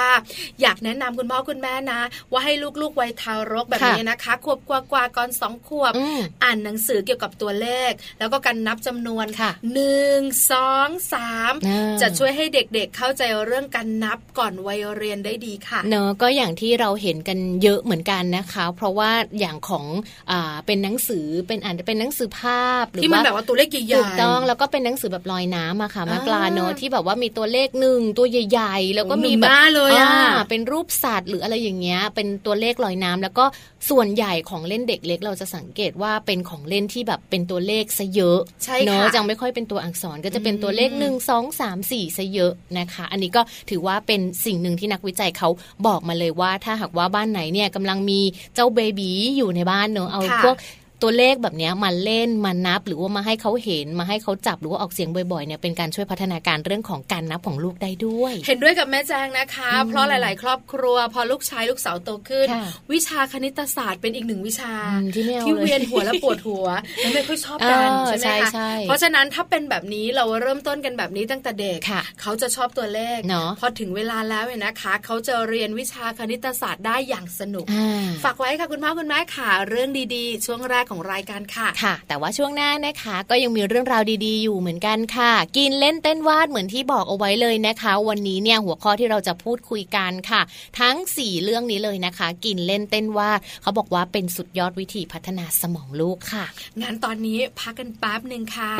C: อยากแนะนำคุณพ่อคุณแม่นะ ว่าให้ลูกๆวัยทารกแบบ
B: ค่ะ
C: นี้นะคะขวบกว่าๆก่อนสองขวบ
B: อืม
C: อ่านหนังสือเกี่ยวกับตัวเลข แล้วก็การนับจำนวน
B: ค่ะ
C: หนึ่งสองสาม
B: อ่า
C: จะช่วยให้เด็กๆเข้าใจเรื่องการนับก่อนวัยเรียนได้ดีค่ะ
B: เนอะก็อย่างที่เราเห็นกันเยอะเหมือนกันนะคะ เพราะว่าอย่างของอาเป็นหนังสือเป็นอ่านเป็นหนังสือภาพหรือ
C: ที่มัน
B: ว่า
C: แบบว่าตัวเลขใหญ่ๆ
B: ถูกต้องแล้วก็เป็นหนังสือแบบลอยน้ำอะค่ะมาปลาเนอะ
C: อ่า
B: ที่แบบว่ามีตัวเลขหนึ่งตัวใหญ่ ๆ แล้วก็
C: โอ้หนึ่
B: มี
C: ง
B: แบบ
C: หน้าเลยอะ
B: าเป็นรูปสัตว์หรืออะไรอย่างเงี้ย เป็นตัวเลขลอยน้ำแล้วก็ส่วนใหญ่ของเล่นเด็กเล็ก เราจะสังเกตว่าเป็นของเล่นที่แบบเป็นตัวเลขซะเยอะ
C: ใช่
B: เน
C: ค่ะ
B: อะจังไม่ค่อยเป็นตัวอักษรก็จะเป็นตัวเลขหนึ่งสองสามสี่ซะเยอะนะคะ อันนี้ก็ถือว่าเป็นสิ่งหนึ่งที่นักวิจัยเขาบอกมาเลยว่า ถ้าหากว่าบ้านไหนเนี่ยกำลังมีเจ้าเบบีอยู่ในบ้านเนอะเอา
C: ค่ะ
B: พวก ตัวเลขแบบเนี้ยมาเล่นมานับ หรือว่ามาให้เขาเห็นมาให้เขาจับหรือว่าออกเสียงบ่อยๆเนี่ยเป็นการช่วยพัฒนาการเรื่องของการนับของลูกได้ด้วย
C: เห็นด้วยกับแม่แจงนะคะ เพราะหลาย ๆ ครอบครัว พอลูกชายลูกสาวโตขึ้น
B: ค่ะ
C: วิชาคณิตศาสตร์เป็นอีกหนึ่งวิชา
B: อืมที่ไม่เอา
C: ที่
B: เลย
C: เวียนหัวและปวดหัว และไม่ค่อยชอบกัน
B: เออ
C: ใช่ไหม
B: ใช่ใช่
C: คะเพราะฉะนั้นถ้าเป็นแบบนี้เราเริ่มต้นกันแบบนี้ตั้งแต่เด็ก
B: ค่ะ
C: เขาจะชอบตัวเลข
B: เนอะ
C: พอถึงเวลาแล้วเนี่ยนะคะ เขาจะเรียนวิชาคณิตศาสตร์ได้อย่างสนุก
B: อ่า
C: ฝากไว้ค่ะคุณพ่อคุณแม่ค่ะ เรื่องดีๆ ช่วงแรกของรายการค่ะ
B: ค่ะ แต่ว่าช่วงหน้านะคะ ก็ยังมีเรื่องราวดีๆ อยู่เหมือนกันค่ะ กินเล่นเต้นวาดเหมือนที่บอกเอาไว้เลยนะคะ วันนี้เนี่ยหัวข้อที่เราจะพูดคุยกันค่ะ ทั้งสี่เรื่องนี้เลยนะคะ กินเล่นเต้นวาดเขาบอกว่าเป็นสุดยอดวิธีพัฒนาสมองลูกค่ะ
C: งานตอนนี้พักกันแป๊บหนึ่งค่ะ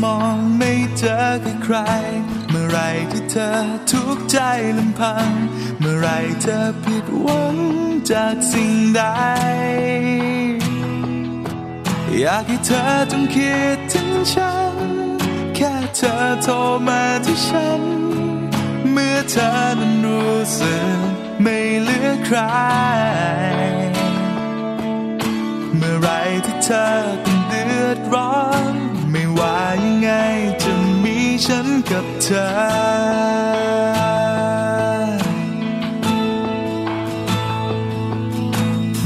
E: เ
A: มองไม่เจอคือใคร เมื่อไหรที่เธอทุกข์ใจลำพัง เมื่อไหรเธอผิดหวังจากสิ่งใด อยากให้เธอจงคิดถึงฉัน แค่เธอโทรมาที่ฉัน เมื่อเธอนั้นรู้สึกไม่เหลือใคร เมื่อไหรที่เธอต้องเดือดร้อน ไม่ว่ายังไงจะมีฉันกับเธอ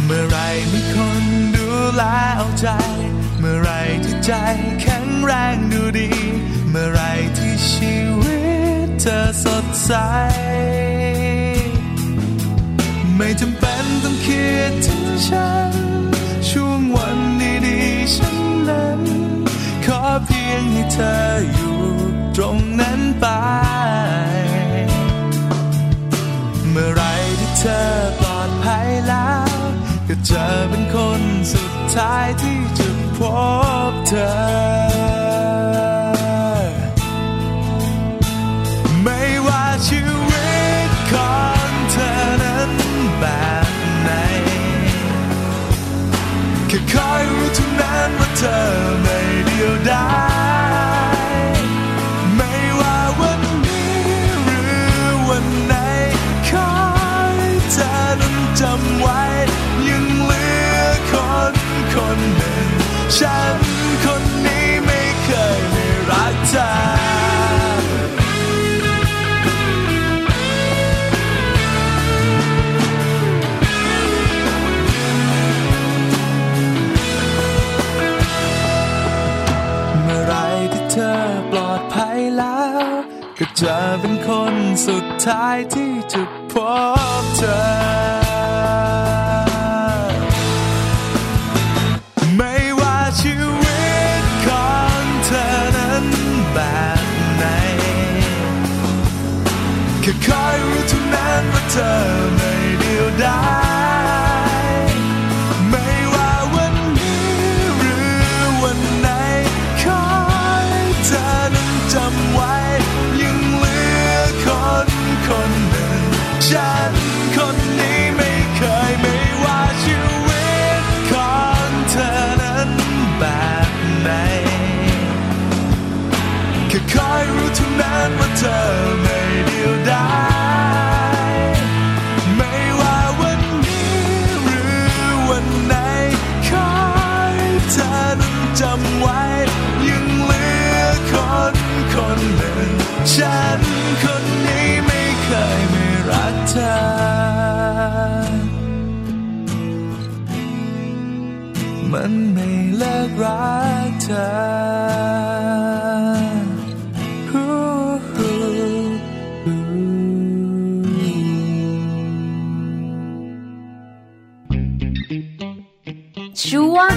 A: เมื่อไหรมีคนดูแลเอาใจ เมื่อไหรที่ใจแข็งแรงดูดี เมื่อไหรที่ชีวิตเธอสดใส ไม่จำเป็นต้องคิดถึงฉัน ช่วงวันดีๆฉันนั้น ขอเพียงให้เธออยู่ตรงนั้นไป เมื่อไหรที่เธอปลอดภัยแล้ว ก็เจอเป็นคนสุดท้ายที่จะพบเธอ ไม่ว่าชีวิตของเธอนั้นแบบไหน แค่คอยรู้เท่านั้นว่าเธอไม่เดียวดายไม่ว่าวันนี้หรือวันไหนคอยเธอนั้นจำไว้ ยังเหลือคนคนหนึ่ง ฉันคนนี้ไม่เคยไม่รักเธอ เมื่อไหรที่เธอปลอดภัยแล้ว ก็เธอเป็นคนสุดท้ายที่จะพบเธอ ไม่ว่าชีวิตของเธอนั้นแบบไหน แค่คอยรู้เท่านั้นว่าเธอไม่เดียวดาย ไม่ว่าวันนี้หรือวันไหนขอให้เธอนั้นจำไว้ ยังเหลือคนคนหนึ่ง ฉันคนนี้ไม่เคยไม่ว่าชีวิตของเธอนั้นแบบไหน แค่คอยรู้เท่านั้นว่าเธอไม่เดียวดาย ไม่ว่าวันนี้หรือวันไหนขอให้เธอนั้นจำไว้ ยังเหลือคนคนหนึ่ง ฉันคนนี้ไม่เคยไม่รักเธอ มันไม่เลิกรักเธอ
F: ช่วง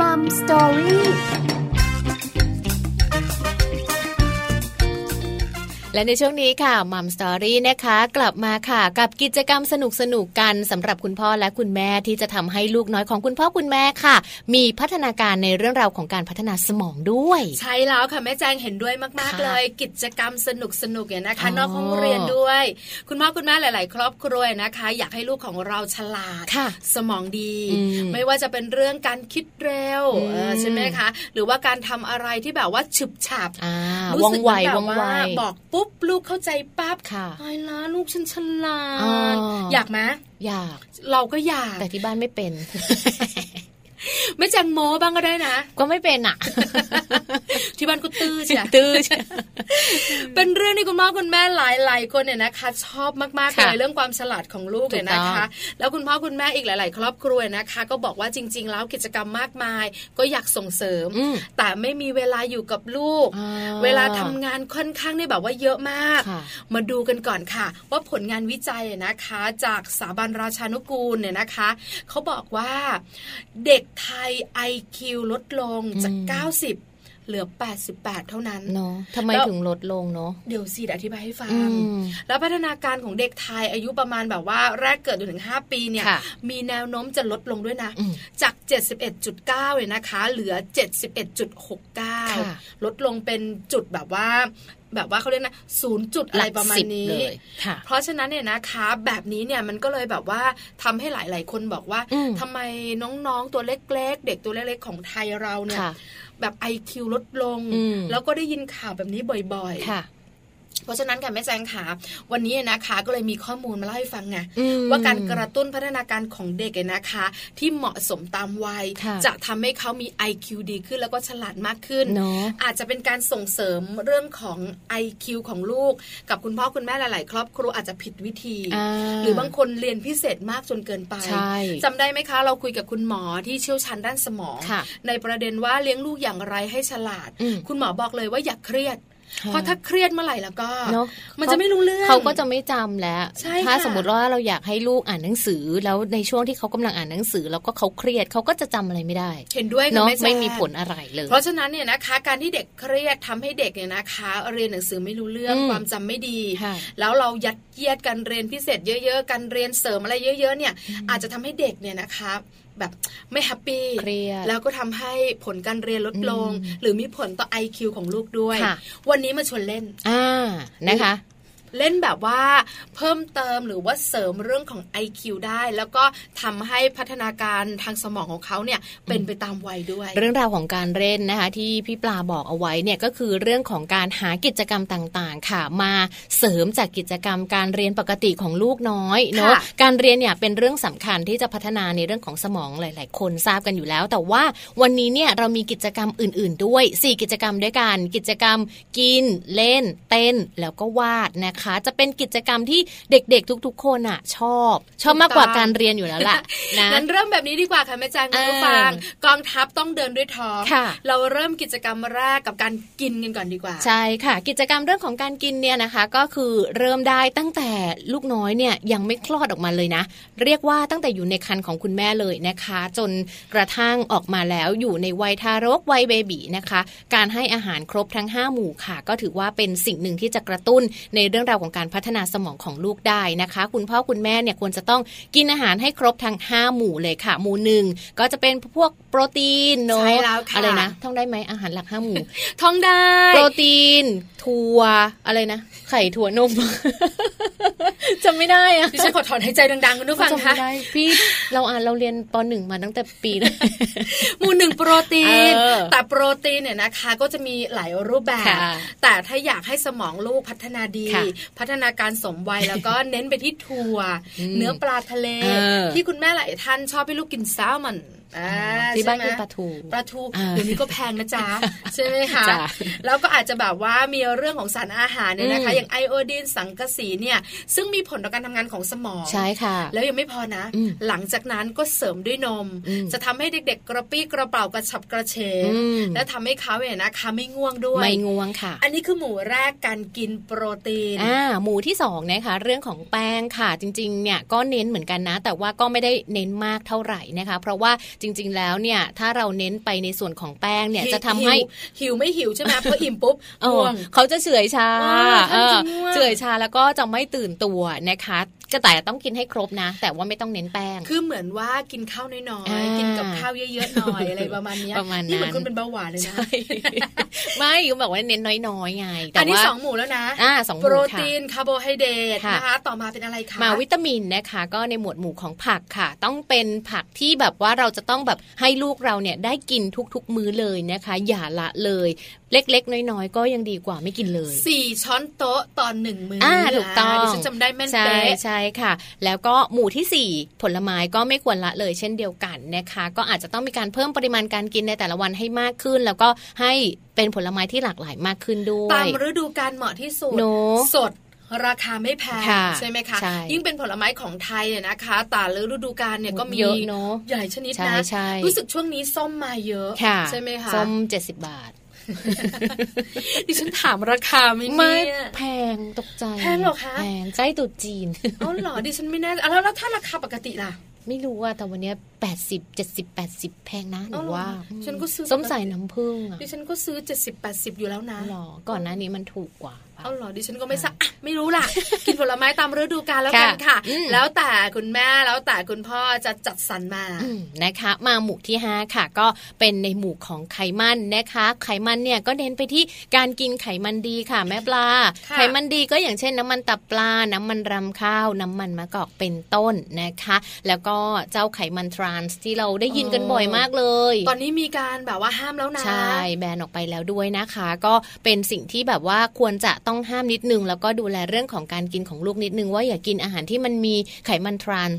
F: มัมสตอรี่
B: และในช่วงนี้ค่ะมัมสตอรี่นะคะ กลับมาค่ะ กับกิจกรรมสนุกสนุกๆกันสำหรับคุณพ่อและคุณแม่ที่จะทำให้ลูกน้อยของคุณพ่อคุณแม่ค่ะ มีพัฒนาการในเรื่องราวของการพัฒนาสมองด้วย
C: ใช่แล้วค่ะแม่แจงเห็นด้วยมาก
B: ค่ะ
C: ๆ เลย กิจกรรมสนุกสนุกเนี่ยนะ
B: อ๋
C: คะ
B: อน
C: อกห้องเรียนด้วย คุณพ่อคุณแม่หลาย ๆ ครอบครัวนะคะ อยากให้ลูกของเราฉลาด
B: ค่ะ
C: สมองดี
B: อืม
C: ไม่ว่าจะเป็นเรื่องการคิดเร็ว
B: อืม
C: เออใช่ไหมคะ หรือว่าการทำอะไรที่แบบว่าฉึบฉับ
B: อ่า
C: รู้
B: ว่อง
C: สึก
B: ไว
C: แบบ
B: ว่องไว
C: บอกปุ๊บลูกเข้าใจปั๊บ
B: ค่ะ
C: ตายละลูกฉันฉลา
B: อ๋
C: ด
B: อ
C: อ
B: อ
C: ยากไหม
B: อยาก
C: เราก็อยาก
B: แต่ที่บ้านไม่เป็น
C: แม่แจงโม้บ้ างก็ได้นะ
B: ก็ไม่เป็น อ่ะ
C: ที่บ้านก็ตื้อใช่
B: ตื้อใช่
C: เป็นเรื่องที่คุณพ่อคุณแม่หลายๆคนเนี่ยนะคะ ชอบมากๆ
B: ค่ะ
C: เลยเรื่องความฉลาดของลูกเนี่ยนะ
B: ถูกต้อ
C: คะ
B: ง
C: แล้วคุณพ่อคุณแม่อีกหลาย ๆ ครอบครัวนะคะ ก็บอกว่าจริง ๆ แล้วกิจกรรมมากมาย ก็อยากส่งเสริม
B: อืม
C: แต่ไม่มีเวลาอยู่กับลูก
B: อ่า
C: เวลาทำงานค่อนข้างเนี่ยแบบว่าเยอะมาก
B: ค่ะ
C: มาดูกันก่อนค่ะ ว่าผลงานวิจัยนะคะ จากสถาบันราชานุกูลเนี่ยนะคะเขาบอกว่าเด็กไทย IQ ลดลงจาก
B: อืม
C: 90 เหลือ 88 เท่านั้น
B: เนาะทำไม
C: แล้ว
B: ถึงลดลงเนาะ
C: เดี๋ยวสิเดี๋ยวอธิบายให้ฟัง
B: อืม
C: แล้วพัฒนาการของเด็กไทยอายุประมาณแบบว่าแรกเกิดจนถึง 5 ปีเนี่ย
B: ค่ะ
C: มีแนวโน้มจะลดลงด้วยนะ
B: อืม
C: จาก 71.9เนี่ยนะคะ เหลือ
B: ค่ะ
C: 71.69 ลดลงเป็นจุดแบบว่า แบบว่าเขาเรียกนะศูนย์จุดอะไรประมาณ
B: ห
C: นี้
B: ลักสิบเลยค่ะ
C: เพราะฉะนั้นเนี่ยนะคะ แบบนี้เนี่ยมันก็เลยแบบว่าทำให้หลาย ๆ คนบอกว่า
B: อืม
C: ทำไมน้องๆตัวเล็ก ๆ เด็กตัวเล็ก ๆ ของไทยเราเนี่ย
B: ค่ะ
C: แบบ IQ ลดลง
B: อืม
C: แล้วก็ได้ยินข่าวแบบนี้บ่อย ๆ
B: ค่ะ
C: เพราะฉะนั้นค่ะแม่แจงขาวันนี้นะคะก็เลยมีข้อมูลมาเล่าให้ฟังไง
B: อืม
C: ว่าการกระตุ้นพัฒนาการของเด็กเนี่ยนะคะ ที่เหมาะสมตามวัย
B: ค่ะ
C: จะทำให้เขามี IQ ดีขึ้นแล้วก็ฉลาดมากขึ้น
B: เนอะ
C: อาจจะเป็นการส่งเสริมเรื่องของ IQ ของลูก กับคุณพ่อคุณแม่หลาย ๆ ครอบครัวอาจจะผิดวิธี
B: อ่
C: หรือบางคนเรียนพิเศษมากจนเกินไป
B: ใช่
C: จำได้ไหมคะ เราคุยกับคุณหมอที่เชี่ยวชาญด้านสมอง
B: ค่ะ
C: ในประเด็นว่าเลี้ยงลูกอย่างไรให้ฉลาด
B: อืม
C: คุณหมอบอกเลยว่าอย่าเครียด
B: ค่ะ
C: เพราะถ้าเครียดเมื่อไหร่แล้วก็
B: เนาะ
C: มันจะไม่รู้เรื่อง
B: เขาก็จะไม่จำแล้ว
C: ใช่ค่ะ
B: ถ้าสมมติว่าเราอยากให้ลูกอ่านหนังสือ แล้วในช่วงที่เขากำลังอ่านหนังสือ แล้วก็เขาเครียดเขาก็จะจำอะไรไม่ได้
C: เห็นด้วยค่ะ
B: เนาะ
C: แม่แจง
B: ไม่มีผลอะไรเลย
C: เพราะฉะนั้นเนี่ยนะคะ การที่เด็กเครียดทำให้เด็กเนี่ยนะคะ เรียนหนังสือไม่รู้เรื่อง
B: อืม
C: ความจำไม่ดี
B: ค่ะ
C: แล้วเรายัดเยียดการเรียนพิเศษเยอะๆการเรียนเสริมอะไรเยอะ ๆ เนี่ย อาจจะทำให้เด็กเนี่ยนะคะ แบบไม่แฮปปี้
B: เครียด
C: แล้วก็ทำให้ผลการเรียนลดลง
B: อืม
C: หรือมีผลต่อ IQ ของลูกด้วย
B: ค่ะ
C: วันนี้มาชวนเล่น
B: อ่านะคะ
C: เล่นแบบว่าเพิ่มเติมหรือว่าเสริมเรื่องของ IQ ได้ แล้วก็ทำให้พัฒนาการทางสมองของเขาเนี่ยเป็นไปตามวัยด้วย
B: เรื่องราวของการเล่นนะคะ ที่พี่ปลาบอกเอาไว้เนี่ยก็คือเรื่องของการหากิจกรรมต่างๆ ค่ะ มาเสริมจากกิจกรรมการเรียนปกติของลูกน้อยเนาะ
C: ค่ะ
B: การเรียนเนี่ยเป็นเรื่องสำคัญที่จะพัฒนาในเรื่องของสมองหลาย ๆ คนทราบกันอยู่แล้ว แต่ว่าวันนี้เนี่ยเรามีกิจกรรมอื่น ๆ ด้วย 4 กิจกรรมด้วยกัน กิจกรรมกินเล่น เต้นแล้วก็วาดนะคะ จะเป็นกิจกรรมที่เด็กๆ ทุก ๆ คนอ่ะชอบ ชอบมากกว่าการเรียนอยู่แล้วล่ะนะ
C: งั้นเริ่มแบบนี้ดีกว่าค่ะแม่แจางคุณผู้ฟังกองทัพต้องเดินด้วยท้อง
B: ค่ะ
C: เราเริ่มกิจกรรมแรกกับการกินกันก่อนดีกว่า
B: ใช่ค่ะ กิจกรรมเรื่องของการกินเนี่ยนะคะก็คือเริ่มได้ตั้งแต่ลูกน้อยเนี่ยยังไม่คลอดออกมาเลยนะ เรียกว่าตั้งแต่อยู่ในครรภ์ของคุณแม่เลยนะคะ จนกระทั่งออกมาแล้วอยู่ในวัยทารกวัยเบบีนะคะ การให้อาหารครบทั้ง 5 หมู่ค่ะ ก็ถือว่าเป็นสิ่งหนึ่งที่จะกระตุ้นในเรื่องราวของการพัฒนาสมองของลูกได้นะคะ คุณพ่อคุณแม่เนี่ยควรจะต้องกินอาหารให้ครบทั้ง 5 หมู่เลยค่ะ หมู่หนึ่งก็จะเป็นพวกโปรตีนเนาะ
C: ใช่แล้วค่ะ
B: อะไรนะท่องได้ไหมอาหารหลักห้าหมู่
C: ท้องได้
B: โปรตีน ถั่ว อะไรนะ ไข่ถั่วนม จำไม่ได้อะ
C: ดิฉันขอถอนหายใจดังๆคุณผู้ฟัง
B: จำ
C: ค่ะ
B: ไม่ได้พี่ เราอ่านเราเรียนปหนึ่งมาตั้งแต่ ปีนะ
C: หมู่หนึ่งโปรตีน
B: เออ
C: แต่โปรตีนเนี่ยนะคะก็จะมีหลายรูปแบบ
B: ค่ะ
C: แต่ถ้าอยากให้สมองลูกพัฒนาดี
B: ค่ะ
C: พัฒนาการสมวัยแล้วก็ เน้นไปที่ถั่ว เนื้อปลาทะเล
B: เออ
C: ที่คุณแม่หลายท่านชอบให้ลูกกินแซลมอนอ่า
B: ที่บ้าน
C: ใช่ไหม
B: กินปลาทู
C: ปลาทู
B: อ่า
C: เดี๋ยวนี้ก็แพงนะ จ๊ะ ใช่ไหมคะ
B: จ้ะ
C: แล้วก็อาจจะแบบว่ามีเรื่องของสารอาหารเนี่ยนะคะ
B: อืม
C: อย่างไอโอดีนสังกะสีเนี่ยซึ่งมีผลต่อการทำงานของสมอง
B: ใช่ค่ะ
C: แล้วยังไม่พอนะ
B: อืม
C: หลังจากนั้นก็เสริมด้วยนม
B: อืม
C: จะทำให้เด็กๆ กระปี้กระเป๋ากระฉับกระเฉง
B: อืม
C: และทำให้เขาเนี่ยนะคะไม่ง่วงด้วย
B: ไม่ง่วงค่ะ
C: อันนี้คือหมู่แรกการกินโปรตีน
B: อ่าหมู่ที่2นะคะเรื่องของแป้งค่ะ จริงๆเนี่ยก็เน้นเหมือนกันนะ แต่ว่าก็ไม่ได้เน้นมากเท่าไหร่นะคะ เพราะว่าจริง ๆ แล้วเนี่ยถ้าเราเน้นไปในส่วนของแป้งเนี่ยจะทำให้
C: หิวหิวไม่หิวใช่ไหม พออิ่มปุ๊บ
B: เออ
C: ง่วง
B: เขาจะเฉื่อยชา
C: เออท่านจะง่ว
B: เอ
C: ง
B: อเฉื่อยชาแล้วก็จะไม่ตื่นตัวนะคะก็แต่ต้องกินให้ครบนะ แต่ว่าไม่ต้องเน้นแป้ง
C: คือเหมือนว่ากินข้าวน้อย
B: อ่า
C: ๆ กินกับข้าวเยอะๆหน่อย อะไรประมาณเนี้ย
B: ประมาณนั้น
C: นี่เหมือนคนเป็นเบาหวานเลยนะ
B: ไม่ก็บอกว่าเน้นน้อยๆไงแต่
C: อันนี้
B: ว่า
C: สองหมู่แล้วนะ
B: อ่าสองห
C: โปร
B: มู่ค่ะ
C: ตีนคาร์โบไฮเดรต
B: ค่ะ
C: นะคะ ต่อมาเป็นอะไรคะ
B: มาวิตามินนะคะก็ในหมวดหมู่ของผักค่ะ ต้องเป็นผักที่แบบว่าเราจะต้องแบบให้ลูกเราเนี่ยได้กินทุกๆมื้อเลยนะคะ อย่าละเลย เล็กๆ น้อยๆ ก็ยังดีกว่าไม่กินเลย
C: สี่ช้อนโต๊ะตอนหนึ่งมือ้
B: อ่าถูกต้อง
C: ดิฉันจำได้แม่น
B: ใช่
C: เป๊ะ
B: ใช่ค่ะ แล้วก็หมู่ทีสี่ 4 ผลไม้ก็ไม่ควรละเลยเช่นเดียวกันนะคะ ก็อาจจะต้องมีการเพิ่มปริมาณการกินในแต่ละวันให้มากขึ้น แล้วก็ให้เป็นผลไม้ที่หลากหลายมากขึ้นด้วย
C: ตามฤดูการเหมาะที่สุด
B: โน้
C: สดราคาไม่แพง
B: ค่ะ
C: ใช่ไหมคะ
B: ใช่
C: ยิ่งเป็นผลไม้ของไทยเนี่ยนะคะแต่ละฤดูกาลเนี่ยก็มี
B: เยอะเนาะ
C: ใหญ่ชนิด
B: ใช่
C: นะ
B: ใช่
C: รู้สึกช่วงนี้ส้มมาเยอะ
B: ค่ะ
C: ใช่ไหมคะ
B: ส้ม70 บาท
C: ดิฉันถามราคาไหม
B: ไม่
C: เนี่ย
B: แพงตกใจ
C: แพงเหรอคะ
B: แพงใกล้ตรุษจีน
C: เอาเหรอดิฉันไม่แน่ใจแล้วแล้วถ้าราคาปกติล่ะ
B: ไม่รู้ว่าแต่วันเนี้ย 80 70 80 แพงนะหนู
C: เอาเหรอ
B: ว่า
C: ฉันก็ซื้อ
B: ส้มสายน้ำผึ้งอะ
C: ดิฉันก็ซื้อ 70 80 อยู่แล้วนะ
B: หรอก่อนหน้านี้มันถูกกว่าปะ
C: เอาเหรอดิฉันก็ไม่ทราบอ่ะไม่รู้ล่ะ กินผลไม้ตามฤดูกาลแล้วกัน
B: ค่ะ
C: ค่ะ
B: อืม
C: แล้วแต่คุณแม่แล้วแต่คุณพ่อจะจัดสรรมา
B: อืมนะคะมาหมู่ที่ 5 ค่ะ ก็เป็นในหมู่ของไขมันนะคะ ไขมันเนี่ยก็เน้นไปที่การกินไขมันดีค่ะ แม่ปลา
C: ค่ะ
B: ไขมันดีก็อย่างเช่น น้ำมันตับปลา น้ำมันรำข้าว น้ำมันมะกอกเป็นต้นนะคะ แล้วก็เจ้าไขมันทรานส์ที่เราได้ยินกันบ่อยมากเลย
C: ตอนนี้มีการแบบว่าห้ามแล้วนะ
B: ใช่แบนออกไปแล้วด้วยนะคะ ก็เป็นสิ่งที่แบบว่าควรจะต้องห้ามนิดนึง แล้วก็ดูแลเรื่องของการกินของลูกนิดนึง ว่าอย่ากินอาหารที่มันมีไขมันทราน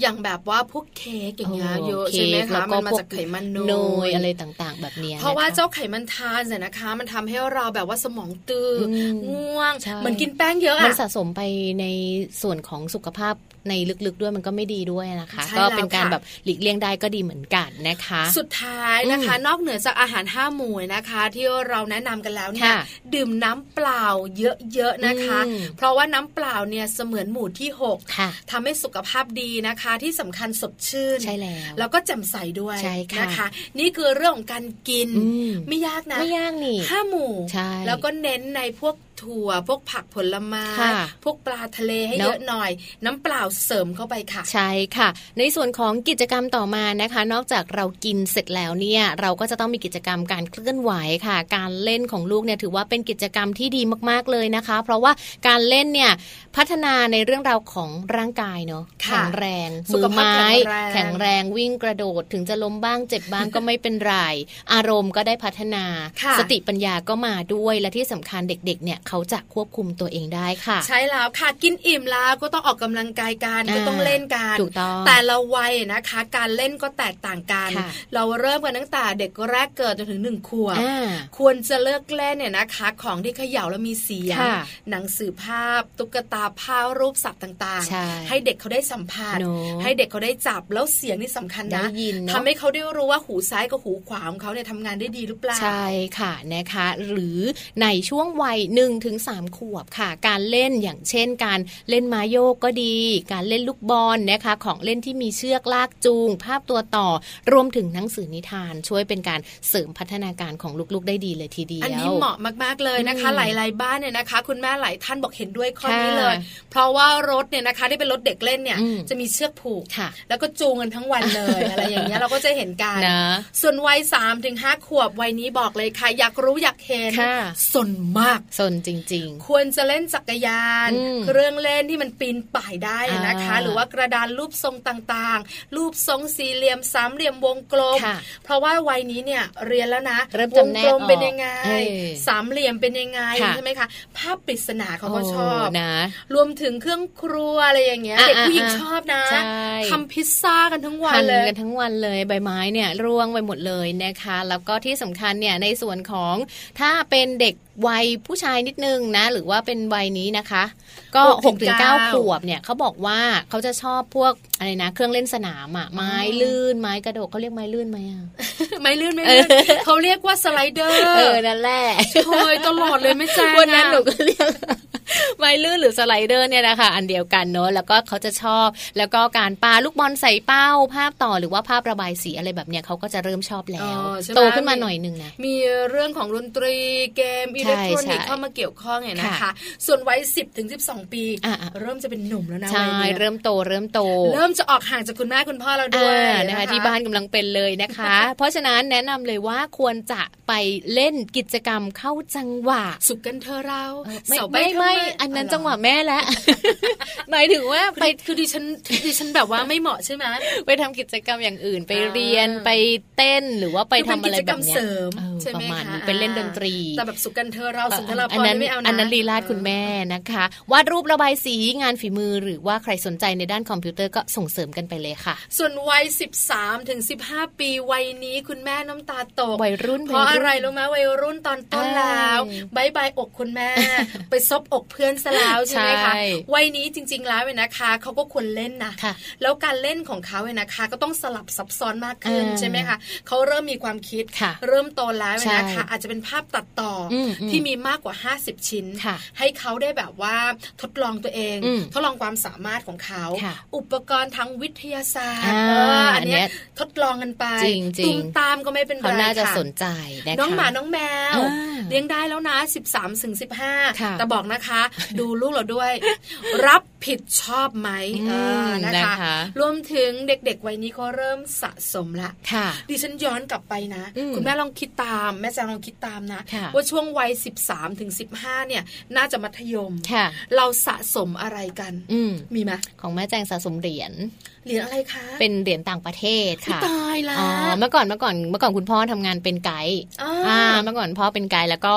C: อย่างแบบว่าพวกเค้กอย่างเงี้ยเยอะ
B: โอเค
C: ใช่ไหม
B: แล้
C: คะ
B: วก็
C: มัน
B: พ
C: มา
B: วก
C: จากไขมัน
B: เน
C: เน
B: ย
C: ย
B: อะไรต่างๆ แบบนี้ย
C: เพราะว่า
B: ค
C: เจ้าไขมันทานเนี่ยนะคะ มันทำให้เราแบบว่าสมองตื้ออ
B: ม
C: ง่วง
B: ใช่
C: เหมือนกินแป้งเยอะ
B: มัน
C: อะ
B: สะสมไปในส่วนของสุขภาพในลึกๆด้วยมันก็ไม่ดีด้วยนะคะ
C: ใช่
B: ก็
C: แล้ว
B: เป็นการ
C: ค่ะ
B: แบบหลีกเลี่ยงได้ก็ดีเหมือนกันนะคะ
C: สุดท้ายนะคะ นอกเหนือจากอาหารห้าหมู่นะคะ ที่เราแนะนำกันแล้วเนี่ย
B: ค่ะ
C: ดื่มน้ำเปล่าเยอะๆนะคะ
B: อืม
C: เพราะว่าน้ำเปล่าเนี่ยเสมือนหมู่ที่หก
B: ค่ะ
C: ทำให้สุขภาพดีนะคะ ที่สำคัญสดชื่น
B: ใช่แล้ว
C: แล้วก็แจ่มใสด้วย
B: ใช่ค่ะ
C: นะคะ นี่คือเรื่องของการกิน
B: อืม
C: ไม่ยากนะ
B: ไม่ยากนี่
C: ห้าหมู่
B: ใช่
C: แล้วก็เน้นในพวกถั่ว พวกผักผลไม้
B: ค่ะ
C: พวกปลาทะเลให้
B: เนอะ
C: เยอะหน่อย น้ำเปล่าเสริมเข้าไปค่ะ
B: ใช่ค่ะ ในส่วนของกิจกรรมต่อมานะคะ นอกจากเรากินเสร็จแล้วเนี่ย เราก็จะต้องมีกิจกรรมการเคลื่อนไหวค่ะ การเล่นของลูกเนี่ยถือว่าเป็นกิจกรรมที่ดีมากๆเลยนะคะ เพราะว่าการเล่นเนี่ยพัฒนาในเรื่องราวของร่างกายเนาะ
C: ค่ะ
B: แข็งแรง
C: สุขภาพ
B: มือไม้
C: แข็
B: แข็ง
C: ง
B: แร
C: แรง
B: วิ่งกระโดดถึงจะล้มบ้างเจ็บบ้างก็ไม่เป็นไรอารมณ์ก็ได้พัฒนา
C: ค่ะ
B: สติปัญญาก็มาด้วยและที่สำคัญเด็กๆ เนี่ยเขาจะควบคุมตัวเองได้ค่ะ
C: ใช่แล้วค่ะกินอิ่มแล้วก็ต้องออกกำลังกายกัน
B: อ่า
C: ก็ต้องเล่นกัน
B: ถูกต้อง
C: แต่ละวัยนะคะ การเล่นก็แตกต่างกัน
B: ค่ะ
C: เราเริ่มกันตั้งแต่เด็กแรกเกิดจนถึงหนึ่งขวบ
B: อ่า
C: ควรจะเลิกเล่นเนี่ยนะคะ ของที่เขย่าแล้วมีเสียง
B: ค่ะ
C: หนังสือภาพ ตุ๊กตาผ้ารูปสัตว์ต่าง
B: ใช่
C: ๆ ให้เด็กเขาได้สัมผัส
B: เนอะ
C: ให้เด็กเขาได้จับแล้วเสียงนี่สำคัญนะ
B: ได้ยินเนอะ
C: ทำให้เขาได้รู้ว่าหูซ้ายกับหูขวาของเขาเนี่ยทำงานได้ดีหรือเปล่า
B: ใช่ค่ะนะคะ หรือในช่วงวัย1ถึง3ขวบค่ะ การเล่นอย่างเช่น การเล่นไม้โยกก็ดี การเล่นลูกบอลนะคะ ของเล่นที่มีเชือกลากจูง ภาพตัวต่อ รวมถึงหนังสือนิทาน ช่วยเป็นการเสริมพัฒนาการของลูกๆได้ดีเลยทีเดียว
C: อันนี้เหมาะมาก ๆ เลยนะคะ
B: อืม
C: หลาย ๆ บ้านเนี่ยนะคะ คุณแม่หลายท่านบอกเห็นด้วยข้อ
B: ค่ะ
C: นี้เลย เพราะว่ารถเนี่ยนะคะที่เป็นรถเด็กเล่นเนี่ย
B: อืม
C: จะมีเชือกผูก
B: ค่ะ
C: แล้วก็จูงกันทั้งวันเลย อะไรอย่างเงี้ยเราก็จะเห็นกัน
B: นะ
C: ส่วนวัย3ามถึงห้าขวบวัยนี้บอกเลยค่ะ อยากรู้อยากเห็น
B: ค่ะ
C: สนมาก
B: สนจริง
C: ควรจะเล่นจักรยาน
B: อืม
C: เครื่องเล่นที่มันปีนป่ายได้นะคะ
B: อ่า
C: หรือว่ากระดานรูปทรงต่างๆ รูปทรงสี่เหลี่ยมสามเหลี่ยมวงกลม
B: ค่ะ
C: เพราะว่าวัยนี้เนี่ยเรียนแล้วนะ
B: เริ่ม
C: วง
B: จำแนก
C: กลมเป็น
B: ออก
C: ยังไง
B: เออ
C: สามเหลี่ยมเป็นยังไง
B: ค่ะ
C: ใช่ไหมคะภาพปริศนา
B: ๆ
C: เขาก็ชอบ
B: โนะ
C: รวมถึงเครื่องครัวอะไรอย่างเงี้ย
B: อ่ะ
C: เด็กผู้หญิง
B: อ่ะ
C: ชอบนะ
B: ใช่
C: ทำพิซซ่ากันทั้งวัน
B: หั่น
C: เลย
B: กันทั้งวันเลยใบไม้เนี่ยร่วงไปหมดเลยนะคะ แล้วก็ที่สำคัญเนี่ยในส่วนของถ้าเป็นเด็กวัยผู้ชายนิดนึงนะ หรือว่าเป็นวัยนี้นะคะ ก็
C: ห
B: ห
C: ก
B: ก
C: ถึ
B: ถึ
C: ง
B: ง
C: เก้า
B: เก้าขวบเนี่ยเขาบอกว่าเขาจะชอบพวกอะไรนะ เครื่องเล่นสนามอะไม้ลื่นไม้กระโดดเขาเรียกไม้ลื่นไหมอะ
C: ไม่ลื่นไม่ลื่นเขาเรียกว่าสไลเดอร์
B: เออนั่นแหละ
C: โอยตลอดเลยไม่แจ้ง
B: วันนั้น
C: อะ
B: หนูก็เรียก ไม้ลื่นหรือสไลเดอร์เนี่ยนะคะอันเดียวกันเนอะแล้วก็เขาจะชอบ แล้วก็การปาลูกบอลใส่เป้า ภาพต่อหรือว่าภาพระบายสีอะไรแบบเนี้ยเขาก็จะเริ่มชอบแล้
C: อ๋
B: ว
C: อใช่ไหม
B: โตขึ้นมาหน่อยหนึงนะ
C: มีเรื่องของดนตรีเกมอิเล็กทรอนิก
B: ใช่
C: ส์เข้ามาเกี่ยวข้องเนี่ยนะคะ
B: ค่ะ
C: ส่วนวัย 10ถึง12 ปี
B: อ่ะๆ
C: เริ่มจะเป็นหนุ่มแล้วนะ
B: ใช่
C: วัยนี้
B: เริ่มโตเริ่มโต
C: เริ่มจะออกห่างจากคุณแม่คุณพ่อเราด้ว
B: อ่าย นะคะที่บ้านกำลังเป็นเลยนะคะ เพราะฉะนั้นแนะนำเลยว่าควรจะไปเล่นกิจกรรมเข้าจังหวะ
C: สุขกันเธอะเรา
B: เออไม่
C: เสาร์ป
B: ไม่
C: ทำ
B: ไม่อันนั้น
C: เาเร
B: จังหวะแม่แล้ว หมายถึงว่า
C: ไป
B: ไป
C: คือดิฉันดิฉันแบบว่าไม่เหมาะใช่ไหม
B: ไปทำกิจกรรมอย่างอื่นไป
C: อ่า
B: เรียนไปเต้นหรือว่าไปทำอะไรแบบ
C: คืเป็นกิจกรรม
B: เนี้ย
C: เสริม
B: เออ
C: ใช่
B: ป
C: ไหม
B: ระมาณ
C: คะ
B: นี้ไปเล่นดนตรี
C: แต่แบบสุขกันเธอะเราสุขกันเรา
B: อันนั้น
C: ไม่เอานะ
B: อันนั้นลีลาดคุณแม่นะคะวาดรูประบายสีงานฝีมือหรือว่าใครสนใจในด้านคอมพิวเตอร์ก็ส่งเสริมกันไปเลยค่ะ
C: ส่วนวัย 13ถึง15 ปีวัยนี้คุณแม่น้ำตาตก
B: วัยรุ่น
C: เพราะ
B: วัย
C: อะไร
B: น
C: รู้ไหมวัยรุ่นตอนต้น
B: เอ้ย
C: แล้วบายบายอกคุณแม่ ไปซบอกเพื่อน ซะแล้วใช่ไหมคะ
B: ใช่
C: วัยนี้จริง ๆ แล้วเนี่ยนะคะเขาก็ควรเล่นนะ
B: ค่ะ
C: แล้วการเล่นของเขาเนี่ยนะคะ ก็ต้องสลับซับซ้อนมากขึ้น
B: อ่า
C: ใช่ไหมคะเขาเริ่มมีความคิด
B: ค่ะ
C: เริ่มโตแล้วเนี่ยนะ
B: ใช่
C: คะ อาจจะเป็นภาพตัดต่ออ
B: มอืม
C: ที่มีมากกว่า 50 ชิ้น
B: ค่ะ
C: ให้เขาได้แบบว่าทดลองตัวเอง
B: อืม
C: ทดลองความสามารถของเขา
B: ค่ะ
C: อุปกรณ์ทางวิทยาศาสตร์
B: อ่า
C: เอออัน
B: อัน
C: เนี้
B: เนี้ย
C: ยทดลองกันไป
B: จริงๆ
C: ตุ้มตามก็ไม่เป็นไร
B: เขาน่าจะ
C: ค่
B: สนใจนะคะ
C: น้องหมาน้องแมว
B: อ่า
C: เลี้ยงได้แล้วนะ 13ถึง
B: ค่ะ
C: 15 แต่บอกนะคะ ดูลูกเราด้วย รับผิดชอบไหม
B: อืม
C: เออนะคะ
B: นะคะ
C: รวมถึงเด็กๆวัยนี้ก็เริ่มสะสมละ
B: ค่ะ
C: ดิฉันย้อนกลับไปนะ
B: อืม
C: คุณแม่ลองคิดตาม แม่แจงลองคิดตามนะ
B: ค่ะ
C: ว่าช่วงวัย 13ถึง15 เนี่ย น่าจะมัธยม
B: ค่ะ
C: เราสะสมอะไรกัน
B: อืม
C: มีไหม
B: ของแม่แจงสะสมเหรียญ
C: เหรียญอะไรคะ
B: เป็นเหรียญต่างประเทศค่ะ
C: ตายละ
B: อ๋อเมื่อก่อนเมื่อก่อนเมื่อก่อนคุณพ่อทำงานเป็นไกด์
C: อ่า
B: อ่าเมื่อก่อนพ่อเป็นไกด์แล้วก็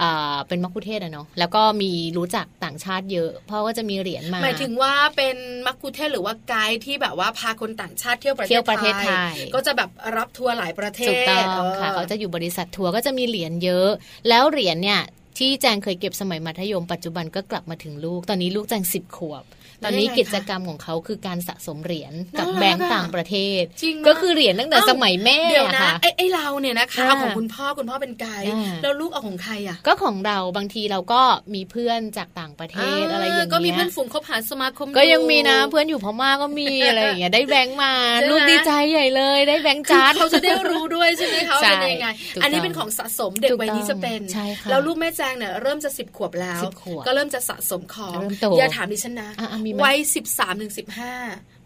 B: อ่าเป็นมัคคุเทศก์อะเนาะแล้วก็มีรู้จักต่างชาติเยอะพ่อก็จะมีเหรียญมา
C: หมายถึงว่าเป็นมักคุเทศก์หรือว่าไกด์ที่แบบว่าพาคนต่างชาติเที่ยวประเทศ
B: เที่ยวประเทศไทย
C: ก็จะแบบรับทัวร์หลายประเทศ
B: ถูกต้องค่ะ
C: ออ
B: เขาจะอยู่บริษัททัวร์ก็จะมีเหรียญเยอะ แล้วเหรียญเนี่ยที่แจงเคยเก็บสมัยมัธยมปัจจุบันก็กลับมาถึงลูก ตอนนี้ลูกแจงสิบขวบ ตอนนี้
C: แล้วยังไงคะ
B: กิจกรรมของเขาคือการสะสมเหรียญกับ
C: น่ารัก
B: แบงก์
C: อะ
B: ต่างประเทศ
C: จริงนะ
B: ก็คือเหรียญตั้งแต่สมัยแม่
C: เดี๋ยว
B: อะ
C: นะ
B: ค่ะ
C: ไอ้ไอ้เราเนี่ยนะคะ
B: อ่า
C: เอาของคุณพ่อคุณพ่อเป็นไกด์
B: อ่า
C: แล้วลูกเอาของใครอ่ะ
B: ก็ของเราบางทีเราก็มีเพื่อนจากต่างประเทศอะไรอย่างเงี้ย
C: ก็มีเพื่อนฝูงคบหาสมาคม
B: ก็ยังมีนะ
C: ยู่
B: เพื่อนอยู่พม่าก็มี อะไรอย่างเงี้ยได้แบงค์มา
C: ใช่ไหม
B: ลูกดีใจใหญ่เลยได้แบงค์
C: คือ
B: จาร์ด
C: เขาจะได้รู้ด้วยใช่ไหมคะว่า
B: ใช่
C: เป็นยังไง
B: ถูกต้อง
C: อันนี้เป็นของสะสมเด็ก
B: ถูก
C: วัยนี้จะเป็น
B: ต้องใช่ค่ะ
C: แล้วลูกแม่แจงเนี่ยเริ่มจะสิบขวบแล้ว
B: สิบขวบ
C: ก็เริ่มจะสะสมของ
B: เริ่มโต
C: อย่าถามดิฉันนะ
B: อ่ะๆมีไหม
C: วัยสิบสามถึงสิบห้า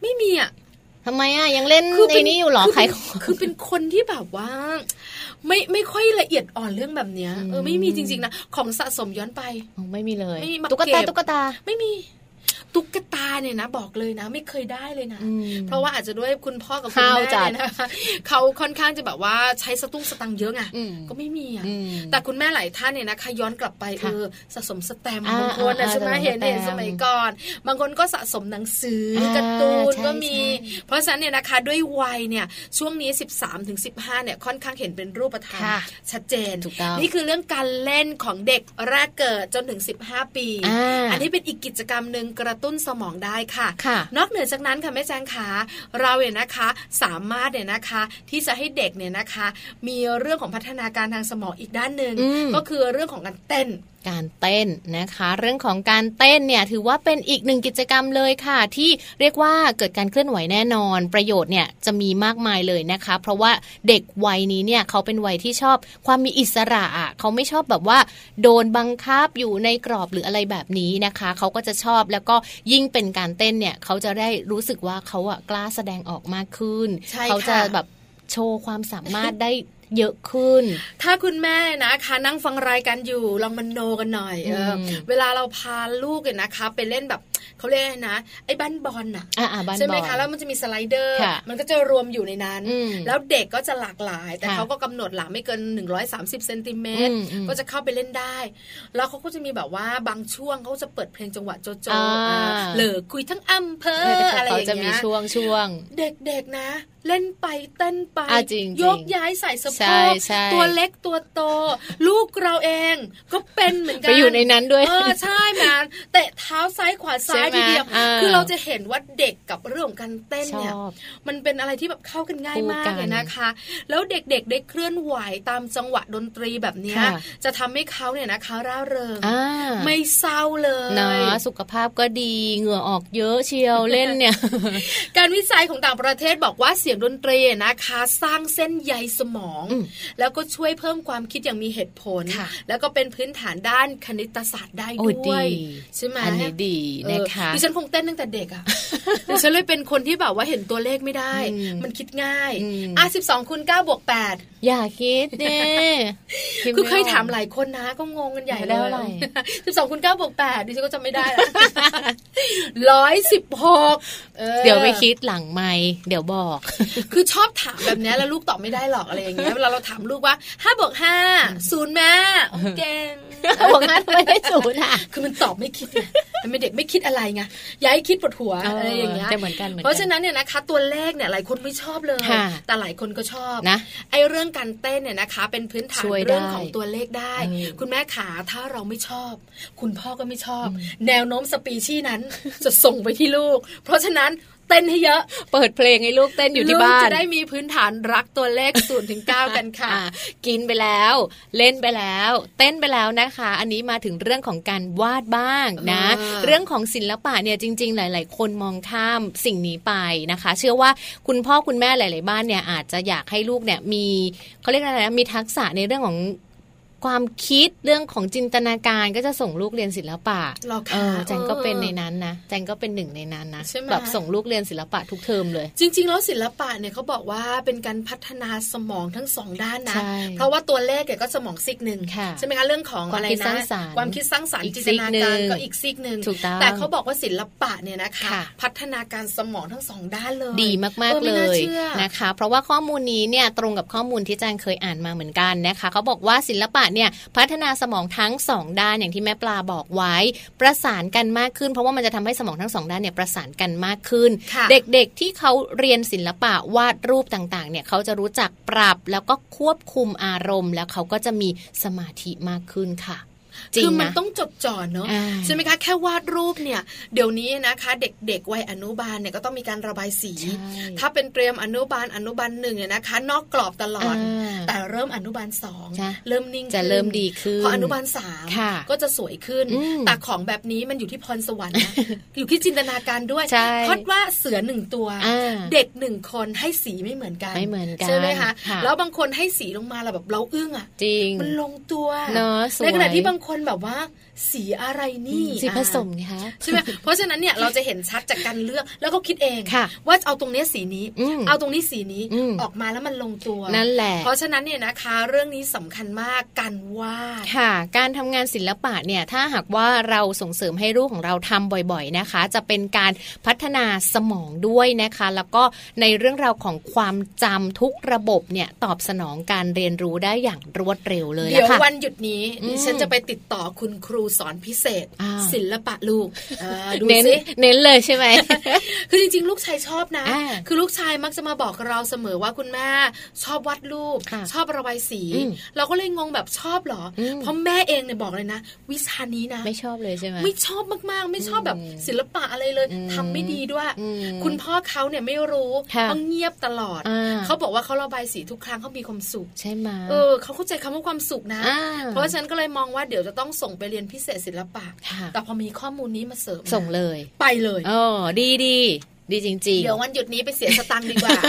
C: ไม่มีอ่ะ
B: ทำไมอ่ะ ยังเล่นไอ้นี่อยู่เหรอ
C: คื
B: ขา
C: เป็
B: ย
C: น
B: ของ
C: คือเป็นคนที่แบบว่า ไม่ไม่ค่อยละเอียดอ่อนเรื่องแบบเนี้ยเออไม่มีจริงๆนะของสะสมย้อนไป
B: ไม่มีเลย
C: ไม่มีมา
B: ตุ๊ก
C: เก็
B: ตา
C: บ
B: ตุ๊กตา
C: ไม่มีตุ๊กตาเนี่ยนะบอกเลยนะ ไม่เคยได้เลยนะ
B: อืม
C: เพราะว่าอาจจะด้วยคุณพ่อกับคุณ
B: ห้าว
C: แม่
B: จัด
C: เนี่ยนะคะเขาค่อนข้างจะแบบว่าใช้สตุ้งสตังค์เยอะไง
B: อืม
C: ก็ไม่มีอ่ะ
B: อืม
C: แต่คุณแม่หลายท่านเนี่ยนะคะย้อนกลับไปเอ
B: ค่ะ
C: อสะสมสแตมป์
B: อ่า
C: บางคนนะ
B: อ่า
C: ใช่ไหม
B: สะสม
C: เห็นเห็น
B: สแตมป์
C: สมัยก่อน บางคนก็สะสมหนังสืออา การ์ตูน
B: ใช่
C: ก็มี
B: ใช่
C: เพราะฉะนั้นเนี่ยนะคะด้วยวัยเนี่ยช่วงนี้ 13ถึง15เนี่ยค่อนข้างเห็นเป็นรูปธรรม
B: ค่ะ
C: ชัดเจน
B: ถูกต้อง
C: นี่คือเรื่องการเล่นของเด็กแรกเกิดจนถึง 15 ปี
B: อ่า
C: อันนี้เป็นอีกกิจกรรมหนึ่งกระตุ้นสมองได้ค่ะ
B: ค่ะ
C: นอกเหนือจากนั้นค่ะแม่แจงขาเราเนี่ยนะคะสามารถเนี่ยนะคะที่จะให้เด็กเนี่ยนะคะ มีเรื่องของพัฒนาการทางสมองอีกด้านหนึ่ง
B: อืม
C: ก็คือเรื่องของการเต้น
B: การเต้นนะคะ เรื่องของการเต้นเนี่ยถือว่าเป็นอีกหนึ่งกิจกรรมเลยค่ะ ที่เรียกว่าเกิดการเคลื่อนไหวแน่นอน ประโยชน์เนี่ยจะมีมากมายเลยนะคะ เพราะว่าเด็กวัยนี้เนี่ยเขาเป็นวัยที่ชอบความมีอิสระอะเขาไม่ชอบแบบว่า โดนบังคับอยู่ในกรอบหรืออะไรแบบนี้นะคะ เขาก็จะชอบแล้วก็ยิ่งเป็นการเต้นเนี่ยเขาจะได้รู้สึกว่าเขาอะกล้าแสดงออกมากขึ้น
C: ใช่ค่ะ
B: เขาจะแบบโชว์ความสามารถได้เยอะขึ้น
C: ถ้าคุณแม่นะคะนั่งฟังรายการอยู่ลองมันโนกันหน่อยเออ
B: อืม
C: เวลาเราพาลูกเนี่ยนะคะ ไปเล่นแบบเขาเรียกอะไรนะ ไอ้บ้านบอลน่ะ
B: อ่าบ้านบอล
C: ใช่ไหมคะแล้วมันจะมีสไลเดอร์
B: ค่ะ
C: มันก็จะรวมอยู่ในนั้น
B: อืม
C: แล้วเด็กก็จะหลากหลาย แต่
B: ค่ะ
C: เขาก็กำหนดหลาไม่เกิน 130เซนติเมตร
B: อืมอืม
C: ก็จะเข้าไปเล่นได้ แล้วเขาก็จะมีแบบว่าบางช่วงเขาจะเปิดเพลงจังหวะโจโจ
B: อ่า
C: อ่าเหลือคุยทั้งอำเภออะไร
B: เขา
C: อย่า
B: จะ
C: ง
B: มี
C: เงี้ย
B: ช่วงช่วง
C: เด็กๆนะ เล่นไปเต้นไป
B: อ่ะจริงๆ
C: ยกย้ายใส่สะโพ
B: ใช่
C: ก
B: ใช่
C: ตัวเล็กตัวโต ลูกเราเองก็เป็นเหมือนกั
B: ไป
C: น
B: อยู่ในนั้นด้วย
C: เออใช่แมนแต่เท้าซ้ายขวาซ้าย
B: ใช่ไหม
C: ทีเดียว
B: อ่า
C: คือเราจะเห็นว่าเด็กกับเรื่องของการเต้น
B: ช
C: เนี่ย
B: อบ
C: มันเป็นอะไรที่แบบเข้ากันง่ายมาก
B: คู่กัน
C: เลยนะคะ แล้วเด็กๆได้เคลื่อนไหวตามจังหวะดนตรีแบบเนี้ย
B: ค่ะ
C: จะทำให้เขาเนี่ยนะคะร่าเริง
B: อ่า
C: ไม่เศร้าเลย
B: เนาะสุขภาพก็ดีเหงื่อออกเยอะเชี ยวเล่นเนี่ย
C: การวิจัยของต่างประเทศบอกว่าเสียงดนตรีนะคะ สร้างเส้นใยสมอง
B: อืม
C: แล้วก็ช่วยเพิ่มความคิดอย่างมีเหตุผล
B: ค่ะ
C: แล้วก็เป็นพื้นฐานด้านคณิตศาสตร์ได้
B: โอ้ย
C: ด้วย
B: ดี
C: ใช่ไหม
B: อันนี้ดีนะคะ
C: เออดิฉันคงเต้นตั้งแต่เด็กอะ ดิฉันเลยเป็นคนที่แบบว่าเห็นตัวเลขไม่ได้
B: อืม
C: มันคิดง่าย
B: อืม
C: อ่ะสิบสองคูณเก้าบวกแปด
B: อย่าคิด เนี่ยด
C: คือเคย
B: ไก
C: ถามหลายคนนะ ก็งงกันใหญ่
B: ได้
C: เล
B: เท่าย ไหร่
C: สิบสองคูณเก้าบวกแปดดิฉันก็จำไม่ได้ ร้อยสิบหก
B: เดี๋ยวไปคิดหลังไม่เดี๋ยวบอก
C: คือชอบถามแบบเนี้ยแล้วลูกตอบไม่ได้หรอกอะไรอย่างเงี้ยเวลาเราถามลูกว่าห้าบวกห้าศูนย์แม่โอเค
B: บอกงั้นไม่ได้ศูนย์อ่ะ
C: คือมันตอบไม่คิดไงมันเป็นเด็กไม่คิดอะไร ไงอย่าให้คิดปวดหัวอะไรอย่างเงี้ย
B: แต่เหมือนกันหมือกั
C: เพราะฉะนั้นเนี่ยนะคะตัวเลขเนี่ยหลายคนไม่ชอบเลย
B: ค่ะ
C: แต่หลายคนก็ชอบ
B: นะ
C: ไอเรื่องการเต้นเนี่ยนะคะ เป็นพื้นฐาน
B: ช่วยได้
C: เรื่องของตัวเลขได้
B: เออ
C: คุณแม่ขาถ้าเราไม่ชอบ คุณพ่อก็ไม่ชอบ แนวโน้มสปีชีส์นั้น จะส่งไปที่ลูก เพราะฉะนั้นเต้นให้เยอะ
B: เปิดเพลงให้ลูกเต้นอยู่ที่บ้า
C: ลูก
B: น
C: จะได้มีพื้นฐานรักตัวเลขศูนย์ถึงเก้ากันค่ะ
B: อ่กินไปแล้ว เล่นไปแล้ว เต้นไปแล้วนะคะ อันนี้มาถึงเรื่องของการวาดบ้างนะ
C: เออ
B: เรื่องของศิลปะเนี่ยจริง ๆ หลาย ๆ คนมองข้ามสิ่งนี้ไปนะคะ เชื่อว่าคุณพ่อคุณแม่หลาย ๆ บ้านเนี่ยอาจจะอยากให้ลูกเนี่ยมีเขาเรียกอะไรนะมีทักษะในเรื่องของความคิดเรื่องของจินตนาการก็จะส่งลูกเรียนศิลปะ
C: หรอคะ
B: เออแจงก็
C: เออ
B: เป็นในนั้นนะแจงก็เป็นหนึ่งในนั้นนะ
C: ใช่ไหม
B: แบบส่งลูกเรียนศิลปะทุกเทอมเลย
C: จริง ๆ แล้วศิลปะเนี่ยเขาบอกว่าเป็นการพัฒนาสมองทั้งสองด้านนะ
B: ใช่
C: เพราะว่าตัวเลขเนี่ยก็สมองซีกหนึ่ง
B: ค่ะ
C: ใช่ไหมคะเรื่องของ
B: ความ
C: อะไร
B: คิด
C: นะ
B: สร้างสรรค์
C: ความคิดสร้างสรรค์
B: อีก
C: จิน
B: ซี
C: ต
B: ก
C: นา
B: หนึ่ง
C: การก็อีกซีกหนึ่ง
B: ถูกต้อง
C: แต่เขาบอกว่าศิลปะเนี่ยนะคะ
B: ค่ะ
C: พัฒนาการสมองทั้งสองด้านเลย
B: ดีมาก
C: อ
B: ๆ
C: อไ
B: เล
C: าย ชื่อ
B: นะคะ เพราะว่าข้อมูลนี้เนี่ยตรงกับข้อมูลที่แจงเคยอ่านมาเหมือนกันนะคะเขาบอกว่าศิลปะเนี่ยพัฒนาสมองทั้งสองด้านอย่างที่แม่ปลาบอกไว้ ประสานกันมากขึ้น เพราะว่ามันจะทำให้สมองทั้งสองด้านเนี่ยประสานกันมากขึ้น
C: ค่ะ
B: เด็กๆที่เขาเรียนศิลปะวาดรูปต่างๆเนี่ยเขาจะรู้จักปรับแล้วก็ควบคุมอารมณ์ แล้วเขาก็จะมีสมาธิมากขึ้นค่ะ จริ
C: คื
B: ง
C: อมัน
B: นะ
C: ต้องจดจ่อเนอะ
B: อ่า
C: ใช่ไหมคะแค่วาดรูปเนี่ยเดี๋ยวนี้นะคะเด็กๆวัยอนุบาลเนี่ยก็ต้องมีการระบายสี
B: ใช่
C: ถ้าเป็นเตรียมอนุบาลอนุบาลหนึ่งเนี่ยนะคะ นอกกรอบตลอด
B: อ่า
C: แต่เริ่มอนุบาลสอง
B: จ้ะ
C: เริ่มนิ่ง
B: จะ
C: ขึ้น
B: เริ่มดีขึ้น
C: พออนุบาลสาม
B: ค่ะ
C: ก็จะสวยขึ้น
B: อืม
C: แต่ของแบบนี้มันอยู่ที่พรสวรรค์ นะอยู่ที่จินตนาการด้วย
B: ใช่
C: เพราะว่าเสือหนึ่งตัว
B: อ่า
C: เด็กหนึ่งคนให้สีไม่เหมือนกัน
B: ไม่เหมือนกัน
C: ใช่ไหมคะ
B: ค่ะ
C: แล้วบางคนให้สีลงมาเราแบบเราอึ้งอะ
B: จริง
C: มันลงตัว
B: เนอะสวย
C: ในขณะที่บางคนแบบว่า สีอะไรนี่
B: สีผสม
C: อ่ะ
B: ไงคะ
C: ใช่ไหม เพราะฉะนั้นเนี่ย เราจะเห็นชัดจากการเลือกแล้วก็คิดเอง
B: ค่ะ
C: ว่าเอาตรงเนี้ยสีนี้
B: อืม
C: เอาตรงนี้สีนี้
B: อืม
C: ออกมาแล้วมันลงตัว
B: นั่นแหละ
C: เพราะฉะนั้นเนี่ยนะคะ เรื่องนี้สำคัญมากการวาด
B: ค่ะการทำงานศิลปะเนี่ยถ้าหากว่าเราส่งเสริมให้ลูกของเราทำบ่อยๆนะคะ จะเป็นการพัฒนาสมองด้วยนะคะ แล้วก็ในเรื่องราวของความจำทุกระบบเนี่ยตอบสนองการเรียนรู้ได้อย่างรวดเร็วเลย
C: เดี๋ยว
B: ละค่ะ
C: วันหยุดนี้
B: อืม
C: ดิฉันจะไปติดต่อคุณครูสอนพิเศษ
B: อ่า
C: ศิลปะลูกเออดู
B: เน้น
C: สิ
B: เน้นเลยใช่ไห ม
C: คือจริงๆ ลูกชายชอบนะ
B: อ่า
C: คือลูกชายมักจะมาบอกเราเสมอว่าคุณแม่ชอบวาดรูป
B: ค่ะ
C: ชอบระบายสี
B: อืม
C: เราก็เลยงงแบบชอบเหรออ
B: ม
C: เพราะแม่เองเนี่ยบอกเลยนะ วิชานี้นะ
B: ไม่ชอบเลยใช่ไหม
C: ไม่ชอบมากๆ ไม่ชอบแบบศิลปะอะไรเลย
B: อืม
C: ทำไม่ดีด้วย
B: อืม
C: คุณพ่อเขาเนี่ยไม่รู้
B: ค่ะ
C: ต้องเงียบตลอด
B: อ่า
C: เขาบอกว่าเขาระบายสีทุกครั้งเขามีความสุข
B: ใช่ไหม
C: เออเขาเข้าใจคำว่าความสุขนะ
B: อ่า
C: เพราะฉะนั้นก็เลยมองว่าเดี๋ยวจะต้องส่งไปเรียนพิเศษศิลปะ
B: ค่ะ
C: แต่พอมีข้อมูลนี้มาเสริมนะ
B: ส่งเลย
C: ไปเลย
B: เอ๋อดีดีดีจริงๆ
C: เดี๋ยววันหยุดนี้ไปเสียสตังค์ดีกว่า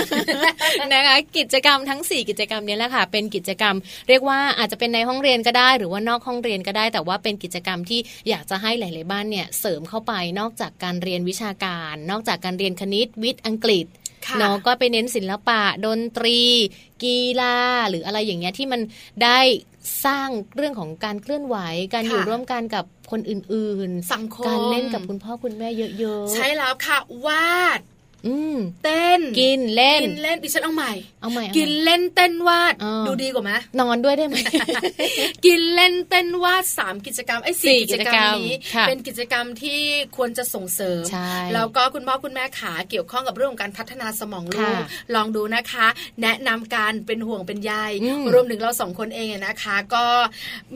B: นะคะกิจกรรมทั้ง 4 กิจกรรมเนี้แหละค่ะ เป็นกิจกรรม เรียกว่าอาจจะเป็นในห้องเรียนก็ได้ หรือว่านอกห้องเรียนก็ได้ แต่ว่าเป็นกิจกรรมที่อยากจะให้หลาย ๆ บ้านเนี่ยเสริมเข้าไปนอกจากการเรียนวิชาการ นอกจากการเรียนคณิตวิทย์อังกฤษ
C: ค่ะ
B: เนาะก็ไปเน้นศิลปะ ดนตรี กีฬา หรืออะไรอย่างเงี้ยที่มันได้สร้างเรื่องของการเคลื่อนไหว การอยู่ร่วมกันกับคนอื่น
C: สังคม
B: ๆ การเล่นกับคุณพ่อคุณแม่เยอะๆ
C: ใช่แล้วค่ะ วาด
B: อืม
C: เต้น
B: กินเล่น
C: กินเล่นดิฉันเอาใหม่
B: เอาใหม่เอาใหม่
C: กินเล่นเต้นวาด
B: อ่า
C: ดูดีกว่าไหม
B: นอนด้วยได้ไหม
C: กินเล่นเต้นวาดสามกิจกรรมไอ้
B: สี่
C: สี่
B: กิ
C: กิ
B: จ
C: จ
B: ก
C: ก
B: รร
C: รร
B: ม
C: มนี้
B: ค่ะ
C: เป็นกิจกรรมที่ควรจะส่งเสริม
B: ใช่
C: แล้วก็คุณพ่อคุณแม่ขาเกี่ยวข้องกับเรื่องของการพัฒนาสมองลูก
B: ค่ะ
C: ลองดูนะคะ แนะนำการเป็นห่วงเป็นใย
B: อืม
C: รวมถึงเราสองคนเองอะนะคะ ก็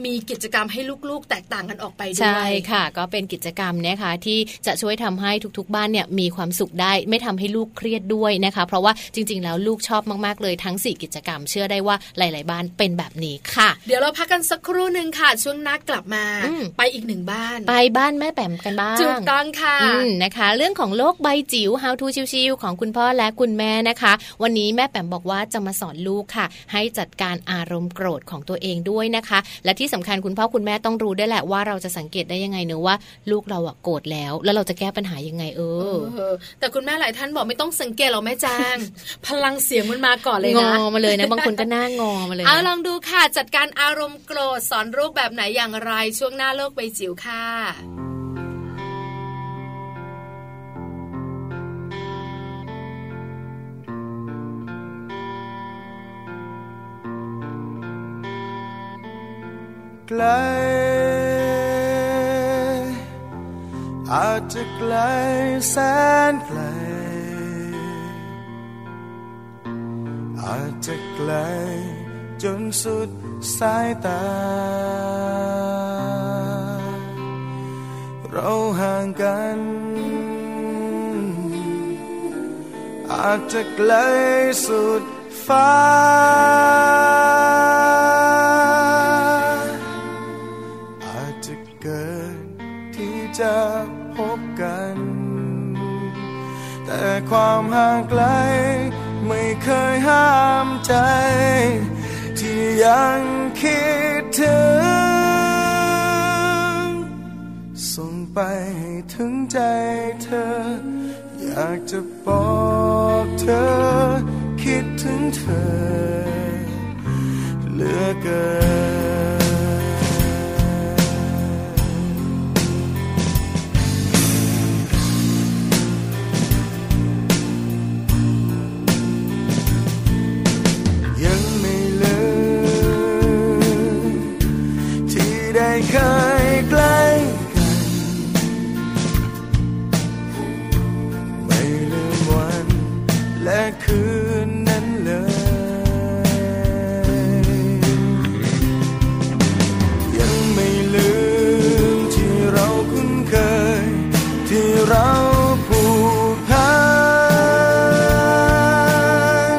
C: มีกิจกรรมให้ลูกๆ แตกต่างกันออกไปด้
B: ใช่
C: วย
B: ค่ะ ก็เป็นกิจกรรมนะคะที่จะช่วยทำให้ทุกๆบ้านเนี่ยมีความสุขได้ ไม่ทำให้ลูกเครียดด้วยนะคะ เพราะว่าจริง ๆ แล้วลูกชอบมากๆเลยทั้ง 4 กิจกรรม เชื่อได้ว่าหลาย ๆ บ้านเป็นแบบนี้ค่ะ
C: เดี๋ยวเราพักกันสักครู่หนึ่งค่ะ ช่วงหน้ากลับมา
B: อืม
C: ไปอีกหนึ่งบ้าน
B: ไปบ้านแม่แปมกันบ้าง
C: จุดต้องค่ะ
B: อืมนะคะ เรื่องของโลกใบจิ๋ว How to ชิวๆของคุณพ่อและคุณแม่นะคะ วันนี้แม่แปมบอกว่าจะมาสอนลูกค่ะ ให้จัดการอารมณ์โกรธของตัวเองด้วยนะคะ และที่สำคัญคุณพ่อคุณแม่ต้องรู้ด้วยแหละว่าเราจะสังเกตได้ยังไงเนอะว่า ลูกเราอะโกรธแล้ว แล้วเราจะแก้ปัญหายังไงเออ
C: เออแต่คุณแม่หลายท่านบอกไม่ต้องสังเกตหรอกแม่จาง พลังเสียงมันมาก่อนเลย
B: งอ
C: นะ
B: มา เลยนะ บางคนก็หน้างอมาเลยนะ
C: เอาลองดูค่ะ จัดการอารมณ์โกรธสอนลูกแบบไหนอย่างไร ช่วงหน้าโลกใบจิ๋วค่ะ
A: ไกล อาจจะไกลแสนไกล อาจจะไกลจนสุดสายตา เราห่างกัน อาจจะไกลสุดฟ้า อาจจะเกินที่จะพบกัน แต่ความห่างไกลไม่เคยห้ามใจ ที่ยังคิดถึง ส่งไปให้ถึงใจเธอ อยากจะบอกเธอ คิดถึงเธอเหลือเกิน ยังไม่ลืมที่ได้เคยใกล้กัน ไม่ลืมวันและคืนนั้นเลย ยังไม่ลืมที่เราคุ้นเคย ที่เราผูกพั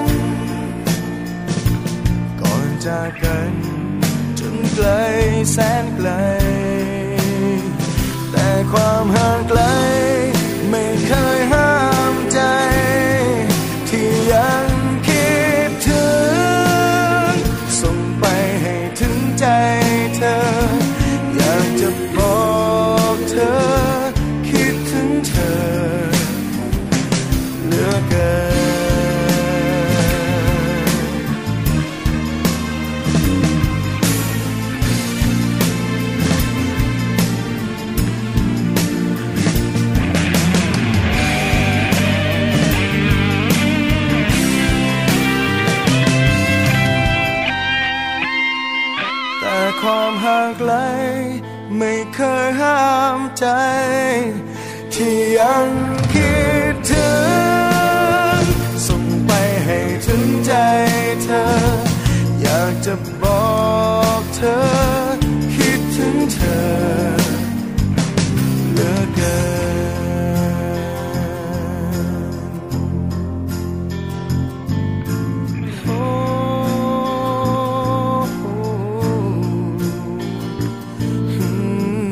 A: น ก่อนจากกันจนไกลแสนไกล แต่ความห่างไกล ไม่เคยห้ามใจ ที่ยังคิดถึง ส่งไปให้ถึงใจเธอ อยากจะบอกเธอ คิดถึงเธอเหลือเกิน แต่ความห่างไกล ไม่เคยห้ามใจ ที่ยังคิดถึง ส่งไปให้ถึงใจเธอ อยากจะบอกเธอ คิดถึงเธอเหลือเกิน โอ้โหอืม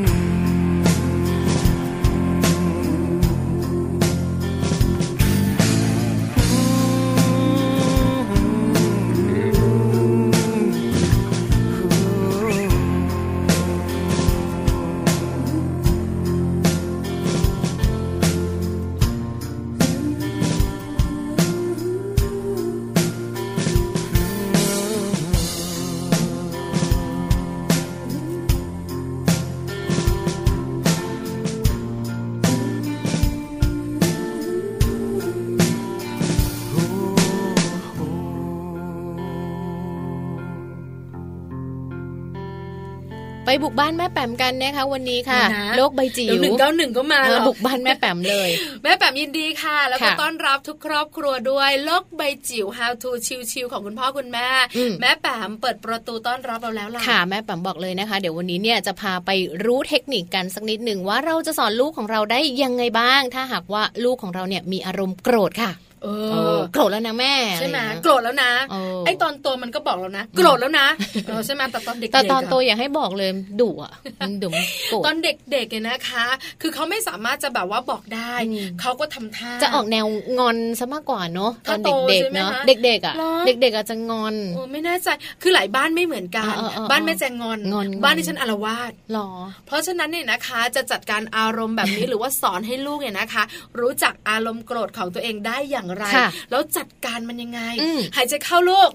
B: ไปบุกบ้านแม่แปมกันนะคะวันนี้ค่ะ
C: นะ
B: โลกใบจิ๋ว
C: หนึ่งเก้าหนึ่งก็มา
B: เออ
C: หรอก
B: บุกบ้านแม่แปมเลย
C: แม่แปมยินดีค่ะ แล้วก็
B: ค่ะ
C: ต้อนรับทุกครอบครัวด้วยโลกใบจิ๋ว How to ชิวๆของคุณพ่อคุณแม่
B: อืม
C: แม่แปมเปิดประตูต้อนรับเราแล้วล่ะ
B: ค่ะแม่แปมบอกเลยนะคะ เดี๋ยววันนี้เนี่ยจะพาไปรู้เทคนิคกันสักนิดหนึ่งว่าเราจะสอนลูกของเราได้ยังไงบ้าง ถ้าหากว่าลูกของเราเนี่ยมีอารมณ์โกรธค่ะ
C: เอ
B: เอ
C: อ
B: อโกรธแล้วนะแม่
C: ใช่ไหม
B: อะรอย่างเงี้ย
C: โกรธแล้วนะ
B: เออ
C: ไอ้ตอนโตมันก็บอกแล้วนะ โกรธแล้วนะเออใช่ไหมแต่ตอนเด็กๆ
B: แต่ตอน
C: อะ
B: โตอย่าให้บอกเลยดุอ่ะมันดุมันโกรธ
C: ตอนเด็กๆเนี่ยนะคะ คือเขาไม่สามารถจะแบบว่าบอกได้
B: อืม
C: เขาก็ทำท่า
B: จะออกแนวงอนซะมากกว่าเนอะตอ
C: ถ้าน โต
B: เด็กๆ
C: ใช่ไหม
B: เนอะ
C: คะ
B: เด็กๆอ่ะ
C: เหรอ
B: เด็กๆอาจจะงอน
C: โอ้ไม่แน่ใจคือหลายบ้านไม่เหมือนกัน
B: เออเออเออ
C: บ้านแม่แจงงอน
B: งอน
C: บ้า
B: ง
C: น
B: อน
C: ที่ฉันอารวาส
B: หรอ
C: เพราะฉะนั้นเนี่ยนะคะจะจัดการอารมณ์แบบนี้ หรือว่าสอนให้ลูกเนี่ยนะคะ รู้จักอารมณ์โกรธของตัวเองได้อย่างไร
B: ค่ะ
C: แล้วจัดการมันยังไง
B: อืม
C: หายใจเข้าลูก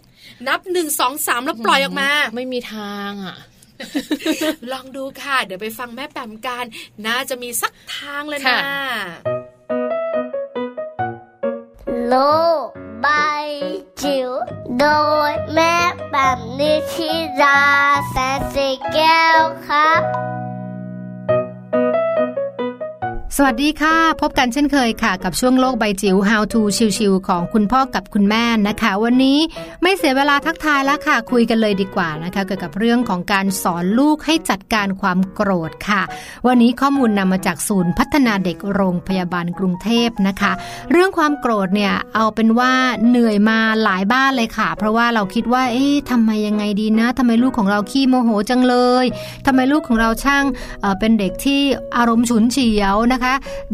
C: นับหนึ่งสองสามแล้วปล่อยออกมา
B: ไม่มีทางอ่ะ
C: ลองดูค่ะ เดี๋ยวไปฟังแม่แปมกันน่าจะมีสักทางเลย
B: ค่ะ
C: นะ
F: Lô bay chiều đôi mép bằng đi khi ra sẽ xì keo khắp
E: สวัสดีค่ะ พบกันเช่นเคยค่ะ กับช่วงโลกใบจิ๋ว How to ชิวๆของคุณพ่อกับคุณแม่นะคะ วันนี้ไม่เสียเวลาทักทายแล้วค่ะ คุยกันเลยดีกว่านะคะ เกี่ยวกับเรื่องของการสอนลูกให้จัดการความโกรธค่ะ วันนี้ข้อมูลนำมาจากศูนย์พัฒนาเด็กโรงพยาบาลกรุงเทพนะคะ เรื่องความโกรธเนี่ยเอาเป็นว่าเหนื่อยมาหลายบ้านเลยค่ะ เพราะว่าเราคิดว่า เอ๊ะทำไมยังไงดีนะทำไมลูกของเราขี้โมโหจังเลยทำไมลูกของเราช่างเอ่อเป็นเด็กที่อารมณ์ฉุนเฉียวนะคะ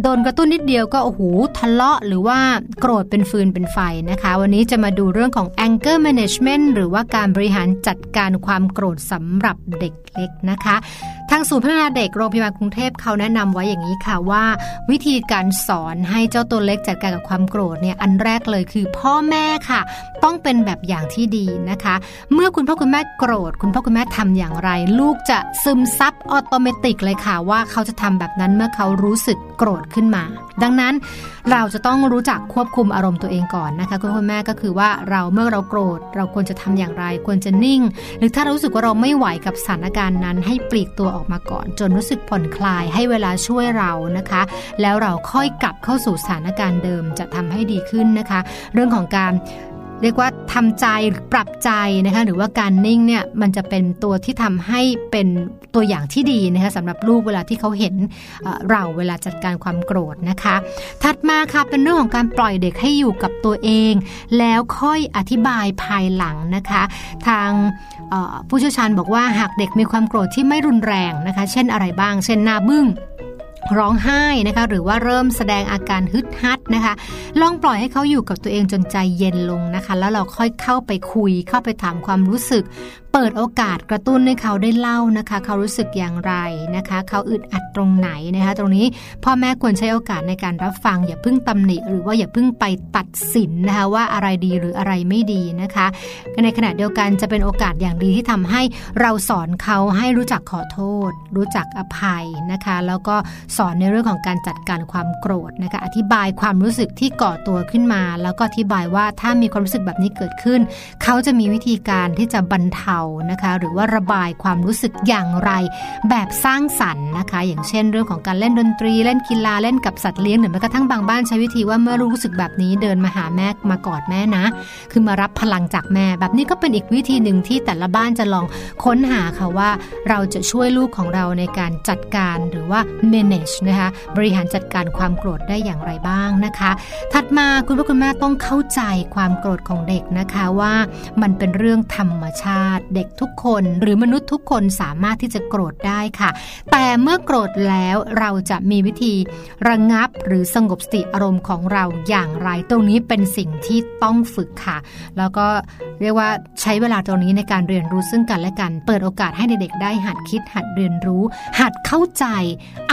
E: โดนกระตุ้นนิดเดียวก็โอ้โหทะเลาะหรือว่าโกรธเป็นฟืนเป็นไฟนะคะ วันนี้จะมาดูเรื่องของ anger management หรือว่าการบริหารจัดการความโกรธสำหรับเด็กเล็กนะคะ ทางศูนย์พัฒนาเด็กโรงพยาบาลกรุงเทพเขาแนะนำไว้อย่างนี้ค่ะว่า วิธีการสอนให้เจ้าตัวเล็กจัดการกับความโกรธเนี่ยอันแรกเลยคือพ่อแม่ค่ะ ต้องเป็นแบบอย่างที่ดีนะคะ เมื่อคุณพ่อคุณแม่โกรธ คุณพ่อคุณแม่ทำอย่างไร ลูกจะซึมซับออโตเมติกเลยค่ะว่าเขาจะทำแบบนั้นเมื่อเขารู้สึกโกรธขึ้นมา ดังนั้นเราจะต้องรู้จักควบคุมอารมณ์ตัวเองก่อนนะคะคุณพ่อคุณแม่ก็คือว่าเราเมื่อเราโกรธ เราควรจะทำอย่างไร ควรจะนิ่ง หรือถ้าเรารู้สึกว่าเราไม่ไหวกับสถานการณ์นั้น ให้ปลีกตัวออกมาก่อน จนรู้สึกผ่อนคลายให้เวลาช่วยเรานะคะ แล้วเราค่อยกลับเข้าสู่สถานการณ์เดิมจะทำให้ดีขึ้นนะคะ เรื่องของการเรียกว่าทำใจหรือปรับใจนะคะหรือว่าการนิ่งเนี่ยมันจะเป็นตัวที่ทำให้เป็นตัวอย่างที่ดีนะคะสำหรับลูกเวลาที่เขาเห็นเอ่อเราเวลาจัดการความโกรธนะคะ ถัดมาค่ะเป็นเรื่องของการปล่อยเด็กให้อยู่กับตัวเอง แล้วค่อยอธิบายภายหลังนะคะ ทางเอ่อผู้เชี่ยวชาญบอกว่าหากเด็กมีความโกรธที่ไม่รุนแรงนะคะ เช่นอะไรบ้าง เช่นหน้าบึ้งร้องไห้นะคะหรือว่าเริ่มแสดงอาการฮึดฮัดนะคะ ลองปล่อยให้เขาอยู่กับตัวเองจนใจเย็นลงนะคะ แล้วเราค่อยเข้าไปคุยเข้าไปถามความรู้สึก เปิดโอกาสกระตุ้นให้เขาได้เล่านะคะ เขารู้สึกอย่างไรนะคะ เขาอึดอัดตรงไหนนะคะ ตรงนี้พ่อแม่ควรใช้โอกาสในการรับฟัง อย่าเพิ่งตำหนิ หรือว่าอย่าเพิ่งไปตัดสินนะคะว่าอะไรดีหรืออะไรไม่ดีนะคะ ในขณะเดียวกันจะเป็นโอกาสอย่างดีที่ทำให้เราสอนเขาให้รู้จักขอโทษ รู้จักอภัยนะคะ แล้วก็สอนในเรื่องของการจัดการความโกรธนะคะ อธิบายความรู้สึกที่ก่อตัวขึ้นมา แล้วก็อธิบายว่าถ้ามีความรู้สึกแบบนี้เกิดขึ้น เขาจะมีวิธีการที่จะบรรเทานะคะ หรือว่าระบายความรู้สึกอย่างไร แบบสร้างสรรค์นะคะ อย่างเช่น เรื่องของการเล่นดนตรี เล่นกีฬาเล่นกับสัตว์เลี้ยงหรือแม้กระทั่งบางบ้านใช้วิธีว่าเมื่อรู้สึกแบบนี้เดินมาหาแม่มากอดแม่นะ คือมารับพลังจากแม่ แบบนี้ก็เป็นอีกวิธีหนึ่งที่แต่ละบ้านจะลองค้นหาค่ะว่า เราจะช่วยลูกของเราในการจัดการหรือว่า manage นะคะบริหารจัดการความโกรธได้อย่างไรบ้างนะคะ ถัดมาคุณพ่อคุณแม่ต้องเข้าใจความโกรธของเด็กนะคะว่ามันเป็นเรื่องธรรมชาติเด็กทุกคน หรือมนุษย์ทุกคนสามารถที่จะโกรธได้ค่ะ แต่เมื่อโกรธแล้วเราจะมีวิธีระงับหรือสงบสติอารมณ์ของเราอย่างไร ตรงนี้เป็นสิ่งที่ต้องฝึกค่ะ แล้วก็เรียกว่าใช้เวลาตรงนี้ในการเรียนรู้ซึ่งกันและกัน เปิดโอกาสให้เด็กๆได้หัดคิดหัดเรียนรู้ หัดเข้าใจ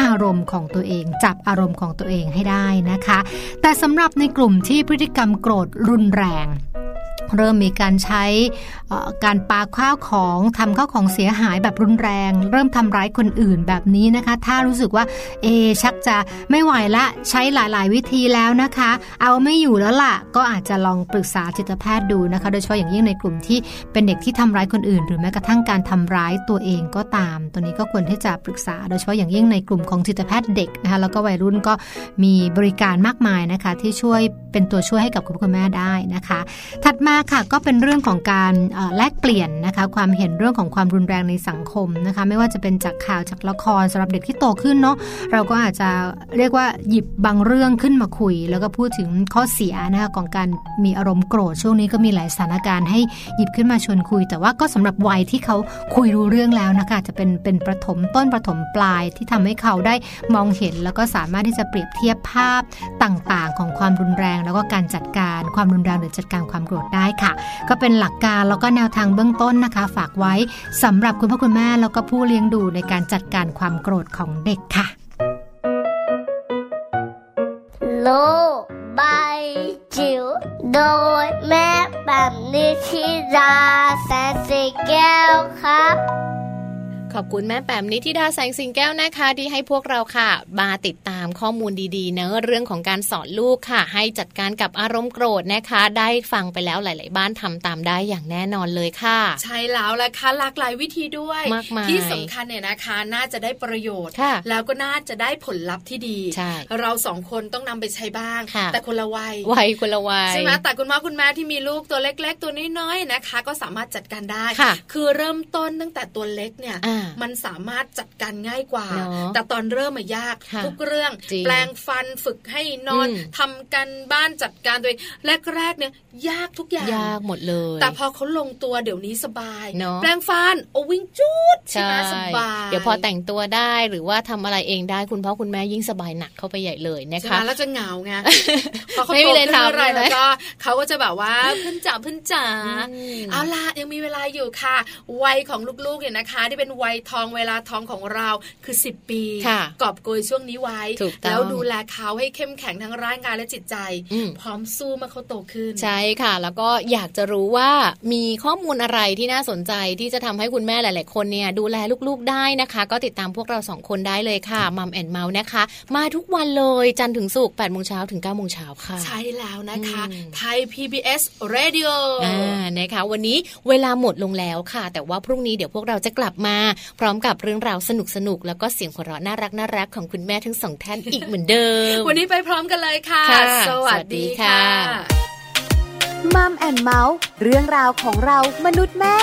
E: อารมณ์ของตัวเอง จับอารมณ์ของตัวเองให้ได้นะคะ แต่สำหรับในกลุ่มที่พฤติกรรมโกรธรุนแรง เริ่มมีการใช้เอ่อการปาข้าวของทำข้าวของเสียหายแบบรุนแรง เริ่มทำร้ายคนอื่นแบบนี้นะคะ ถ้ารู้สึกว่าเอะชักจะไม่ไหวละใช้หลาย ๆ วิธีแล้วนะคะ เอาไม่อยู่แล้วล่ะ ก็อาจจะลองปรึกษาจิตแพทย์ดูนะคะ โดยเฉพาะอย่างยิ่งในกลุ่มที่เป็นเด็กที่ทำร้ายคนอื่น หรือแม้กระทั่งการทำร้ายตัวเองก็ตาม ตัวนี้ก็ควรที่จะปรึกษา โดยเฉพาะอย่างยิ่งในกลุ่มของจิตแพทย์เด็กนะคะแล้วก็วัยรุ่นก็มีบริการมากมายนะคะ ที่ช่วยเป็นตัวช่วยให้กับคุณพ่อคุณแม่ได้นะคะ ถัดมาค่ะก็เป็นเรื่องของการเอ่อแลกเปลี่ยนนะคะความเห็นเรื่องของความรุนแรงในสังคมนะคะไม่ว่าจะเป็นจากข่าวจากละครสำหรับเด็กที่โตขึ้นเนาะเราก็อาจจะเรียกว่าหยิบบางเรื่องขึ้นมาคุย แล้วก็พูดถึงข้อเสียนะคะของการมีอารมณ์โกรธช่วงนี้ก็มีหลายสถานการณ์ให้หยิบขึ้นมาชวนคุย แต่ว่าก็สำหรับวัยที่เขาคุยรู้เรื่องแล้วนะคะอาจจะเป็นเป็นประถมต้นประถมปลายที่ทำให้เขาได้มองเห็น แล้วก็สามารถที่จะเปรียบเทียบภาพต่างๆ ของความรุนแรง แล้วก็การจัดการความรุนแรงหรือจัดการความโกรธได้ค่ะ ก็เป็นหลักการแล้วก็แนวทางเบื้องต้นนะคะ ฝากไว้สำหรับคุณพ่อคุณแม่แล้วก็ผู้เลี้ยงดูในการจัดการความโกรธของเด็กค่ะ
F: โลกใบจิ๋วโดยแม่แบบนิชิราแสนสีแก้วครับ
B: ขอบคุณแม่แปมนิธิดาแสงสิงแก้วนะคะ ที่ให้พวกเราค่ะมาติดตามข้อมูลดีๆเนอะเรื่องของการสอนลูกค่ะ ให้จัดการกับอารมณ์โกรธนะคะ ได้ฟังไปแล้วหลาย ๆ บ้านทำตามได้อย่างแน่นอนเลยค่ะ
C: ใช่แล้วล่ะค่ะหลากหลายวิธีด้วย
B: มากมาย
C: ที่สำคัญเนี่ยนะคะ น่าจะได้ประโยชน์
B: ค่ะ
C: แล้วก็น่าจะได้ผลลัพธ์ที่ดี
B: ใช่
C: เราสองคนต้องนำไปใช้บ้าง
B: ค่ะ
C: แต่คนละวัย
B: วัยคนละวัย
C: ใช่ไหมแต่คุณพ่อคุณแม่ที่มีลูกตัวเล็ก ๆ ตัวน้อยๆนะคะ ก็สามารถจัดการได้
B: ค่ะ
C: อเริ่มต้นตั้งแต่ตัวเล็กเนี่ย
B: อ่ามั
C: มันสามารถจัดการง่ายกว่า
B: เนอะ
C: แต่ตอนเริ่มอะยาก
B: ค่ะ
C: ทุกเรื่อง
B: จริง
C: แปลงฟันฝึกให้นอน
B: อืม
C: ทำกันบ้านจัดการตัวเองแรกๆเนี่ยยากทุกอย่าง
B: ยากหมดเลย
C: แต่พอเขาลงตัวเดี๋ยวนี้สบาย
B: เนอะ
C: แปรงฟันโอวิ่งจูดใช่ไหมสบาย
B: เดี๋ยวพอแต่งตัวได้หรือว่าทำอะไรเองได้คุณพ่อคุณแม่ยิ่งสบายหนักเข้าไปใหญ่เลยนะ
C: ใช่ไหม
B: คะ
C: แล้วจะเหงา ไง พอเขา
B: ไม่
C: โต
B: มีอะไร
C: ขึ้นเมื่อไหร
B: ทำใช่ไหม
C: แล้วก็เขาก็จะแบบว่า เพื่อนจ๋าเพื่อนจ๋า
B: อืม
C: เอาล่ะยังมีเวลาอยู่ค่ะ วัยของลูกๆเนี่ยนะคะ ที่เป็นวัยทองเวลาทองของเราคือ 10 ปี
B: ค่ะ
C: กอบโกยช่วงนี้ไว้
B: ถูกต้อง
C: แล้วดูแลเขาให้เข้มแข็งทั้งร่างกายและจิตใจ
B: อืม
C: พร้อมสู้เมาเขาโตขึ้น
B: ใช่ค่ะ แล้วก็อยากจะรู้ว่ามีข้อมูลอะไรที่น่าสนใจที่จะทำให้คุณแม่หลาย ๆ คนเนี่ยดูแลลูก ๆ ได้นะคะ ก็ติดตามพวกเราสองคนได้เลยค่ะมัมแอนเมาส์นะคะ มาทุกวันเลยจันทร์ถึงศุกร์8โมงเช้าถึง9โมงเช้าค่ะ
C: ใช่แล้วนะคะ
B: อืม
C: ไทย PBS Radio
B: อ่านะคะวันนี้เวลาหมดลงแล้วค่ะ แต่ว่าพรุ่งนี้เดี๋ยวพวกเราจะกลับมา พร้อมกับเรื่องราวสนุกๆ แล้วก็เสียงหัวเราะน่ารักน่ารักๆของคุณแม่ทั้งสองท่านอีกเหมือนเดิม
C: วันนี้ไปพร้อมกันเลยค่ะ
B: ค่ะ
C: สวัสดีค่ะ
B: สวัสดีค่ะ
G: มัมแอนเมาส์เรื่องราวของเรามนุษย์แม่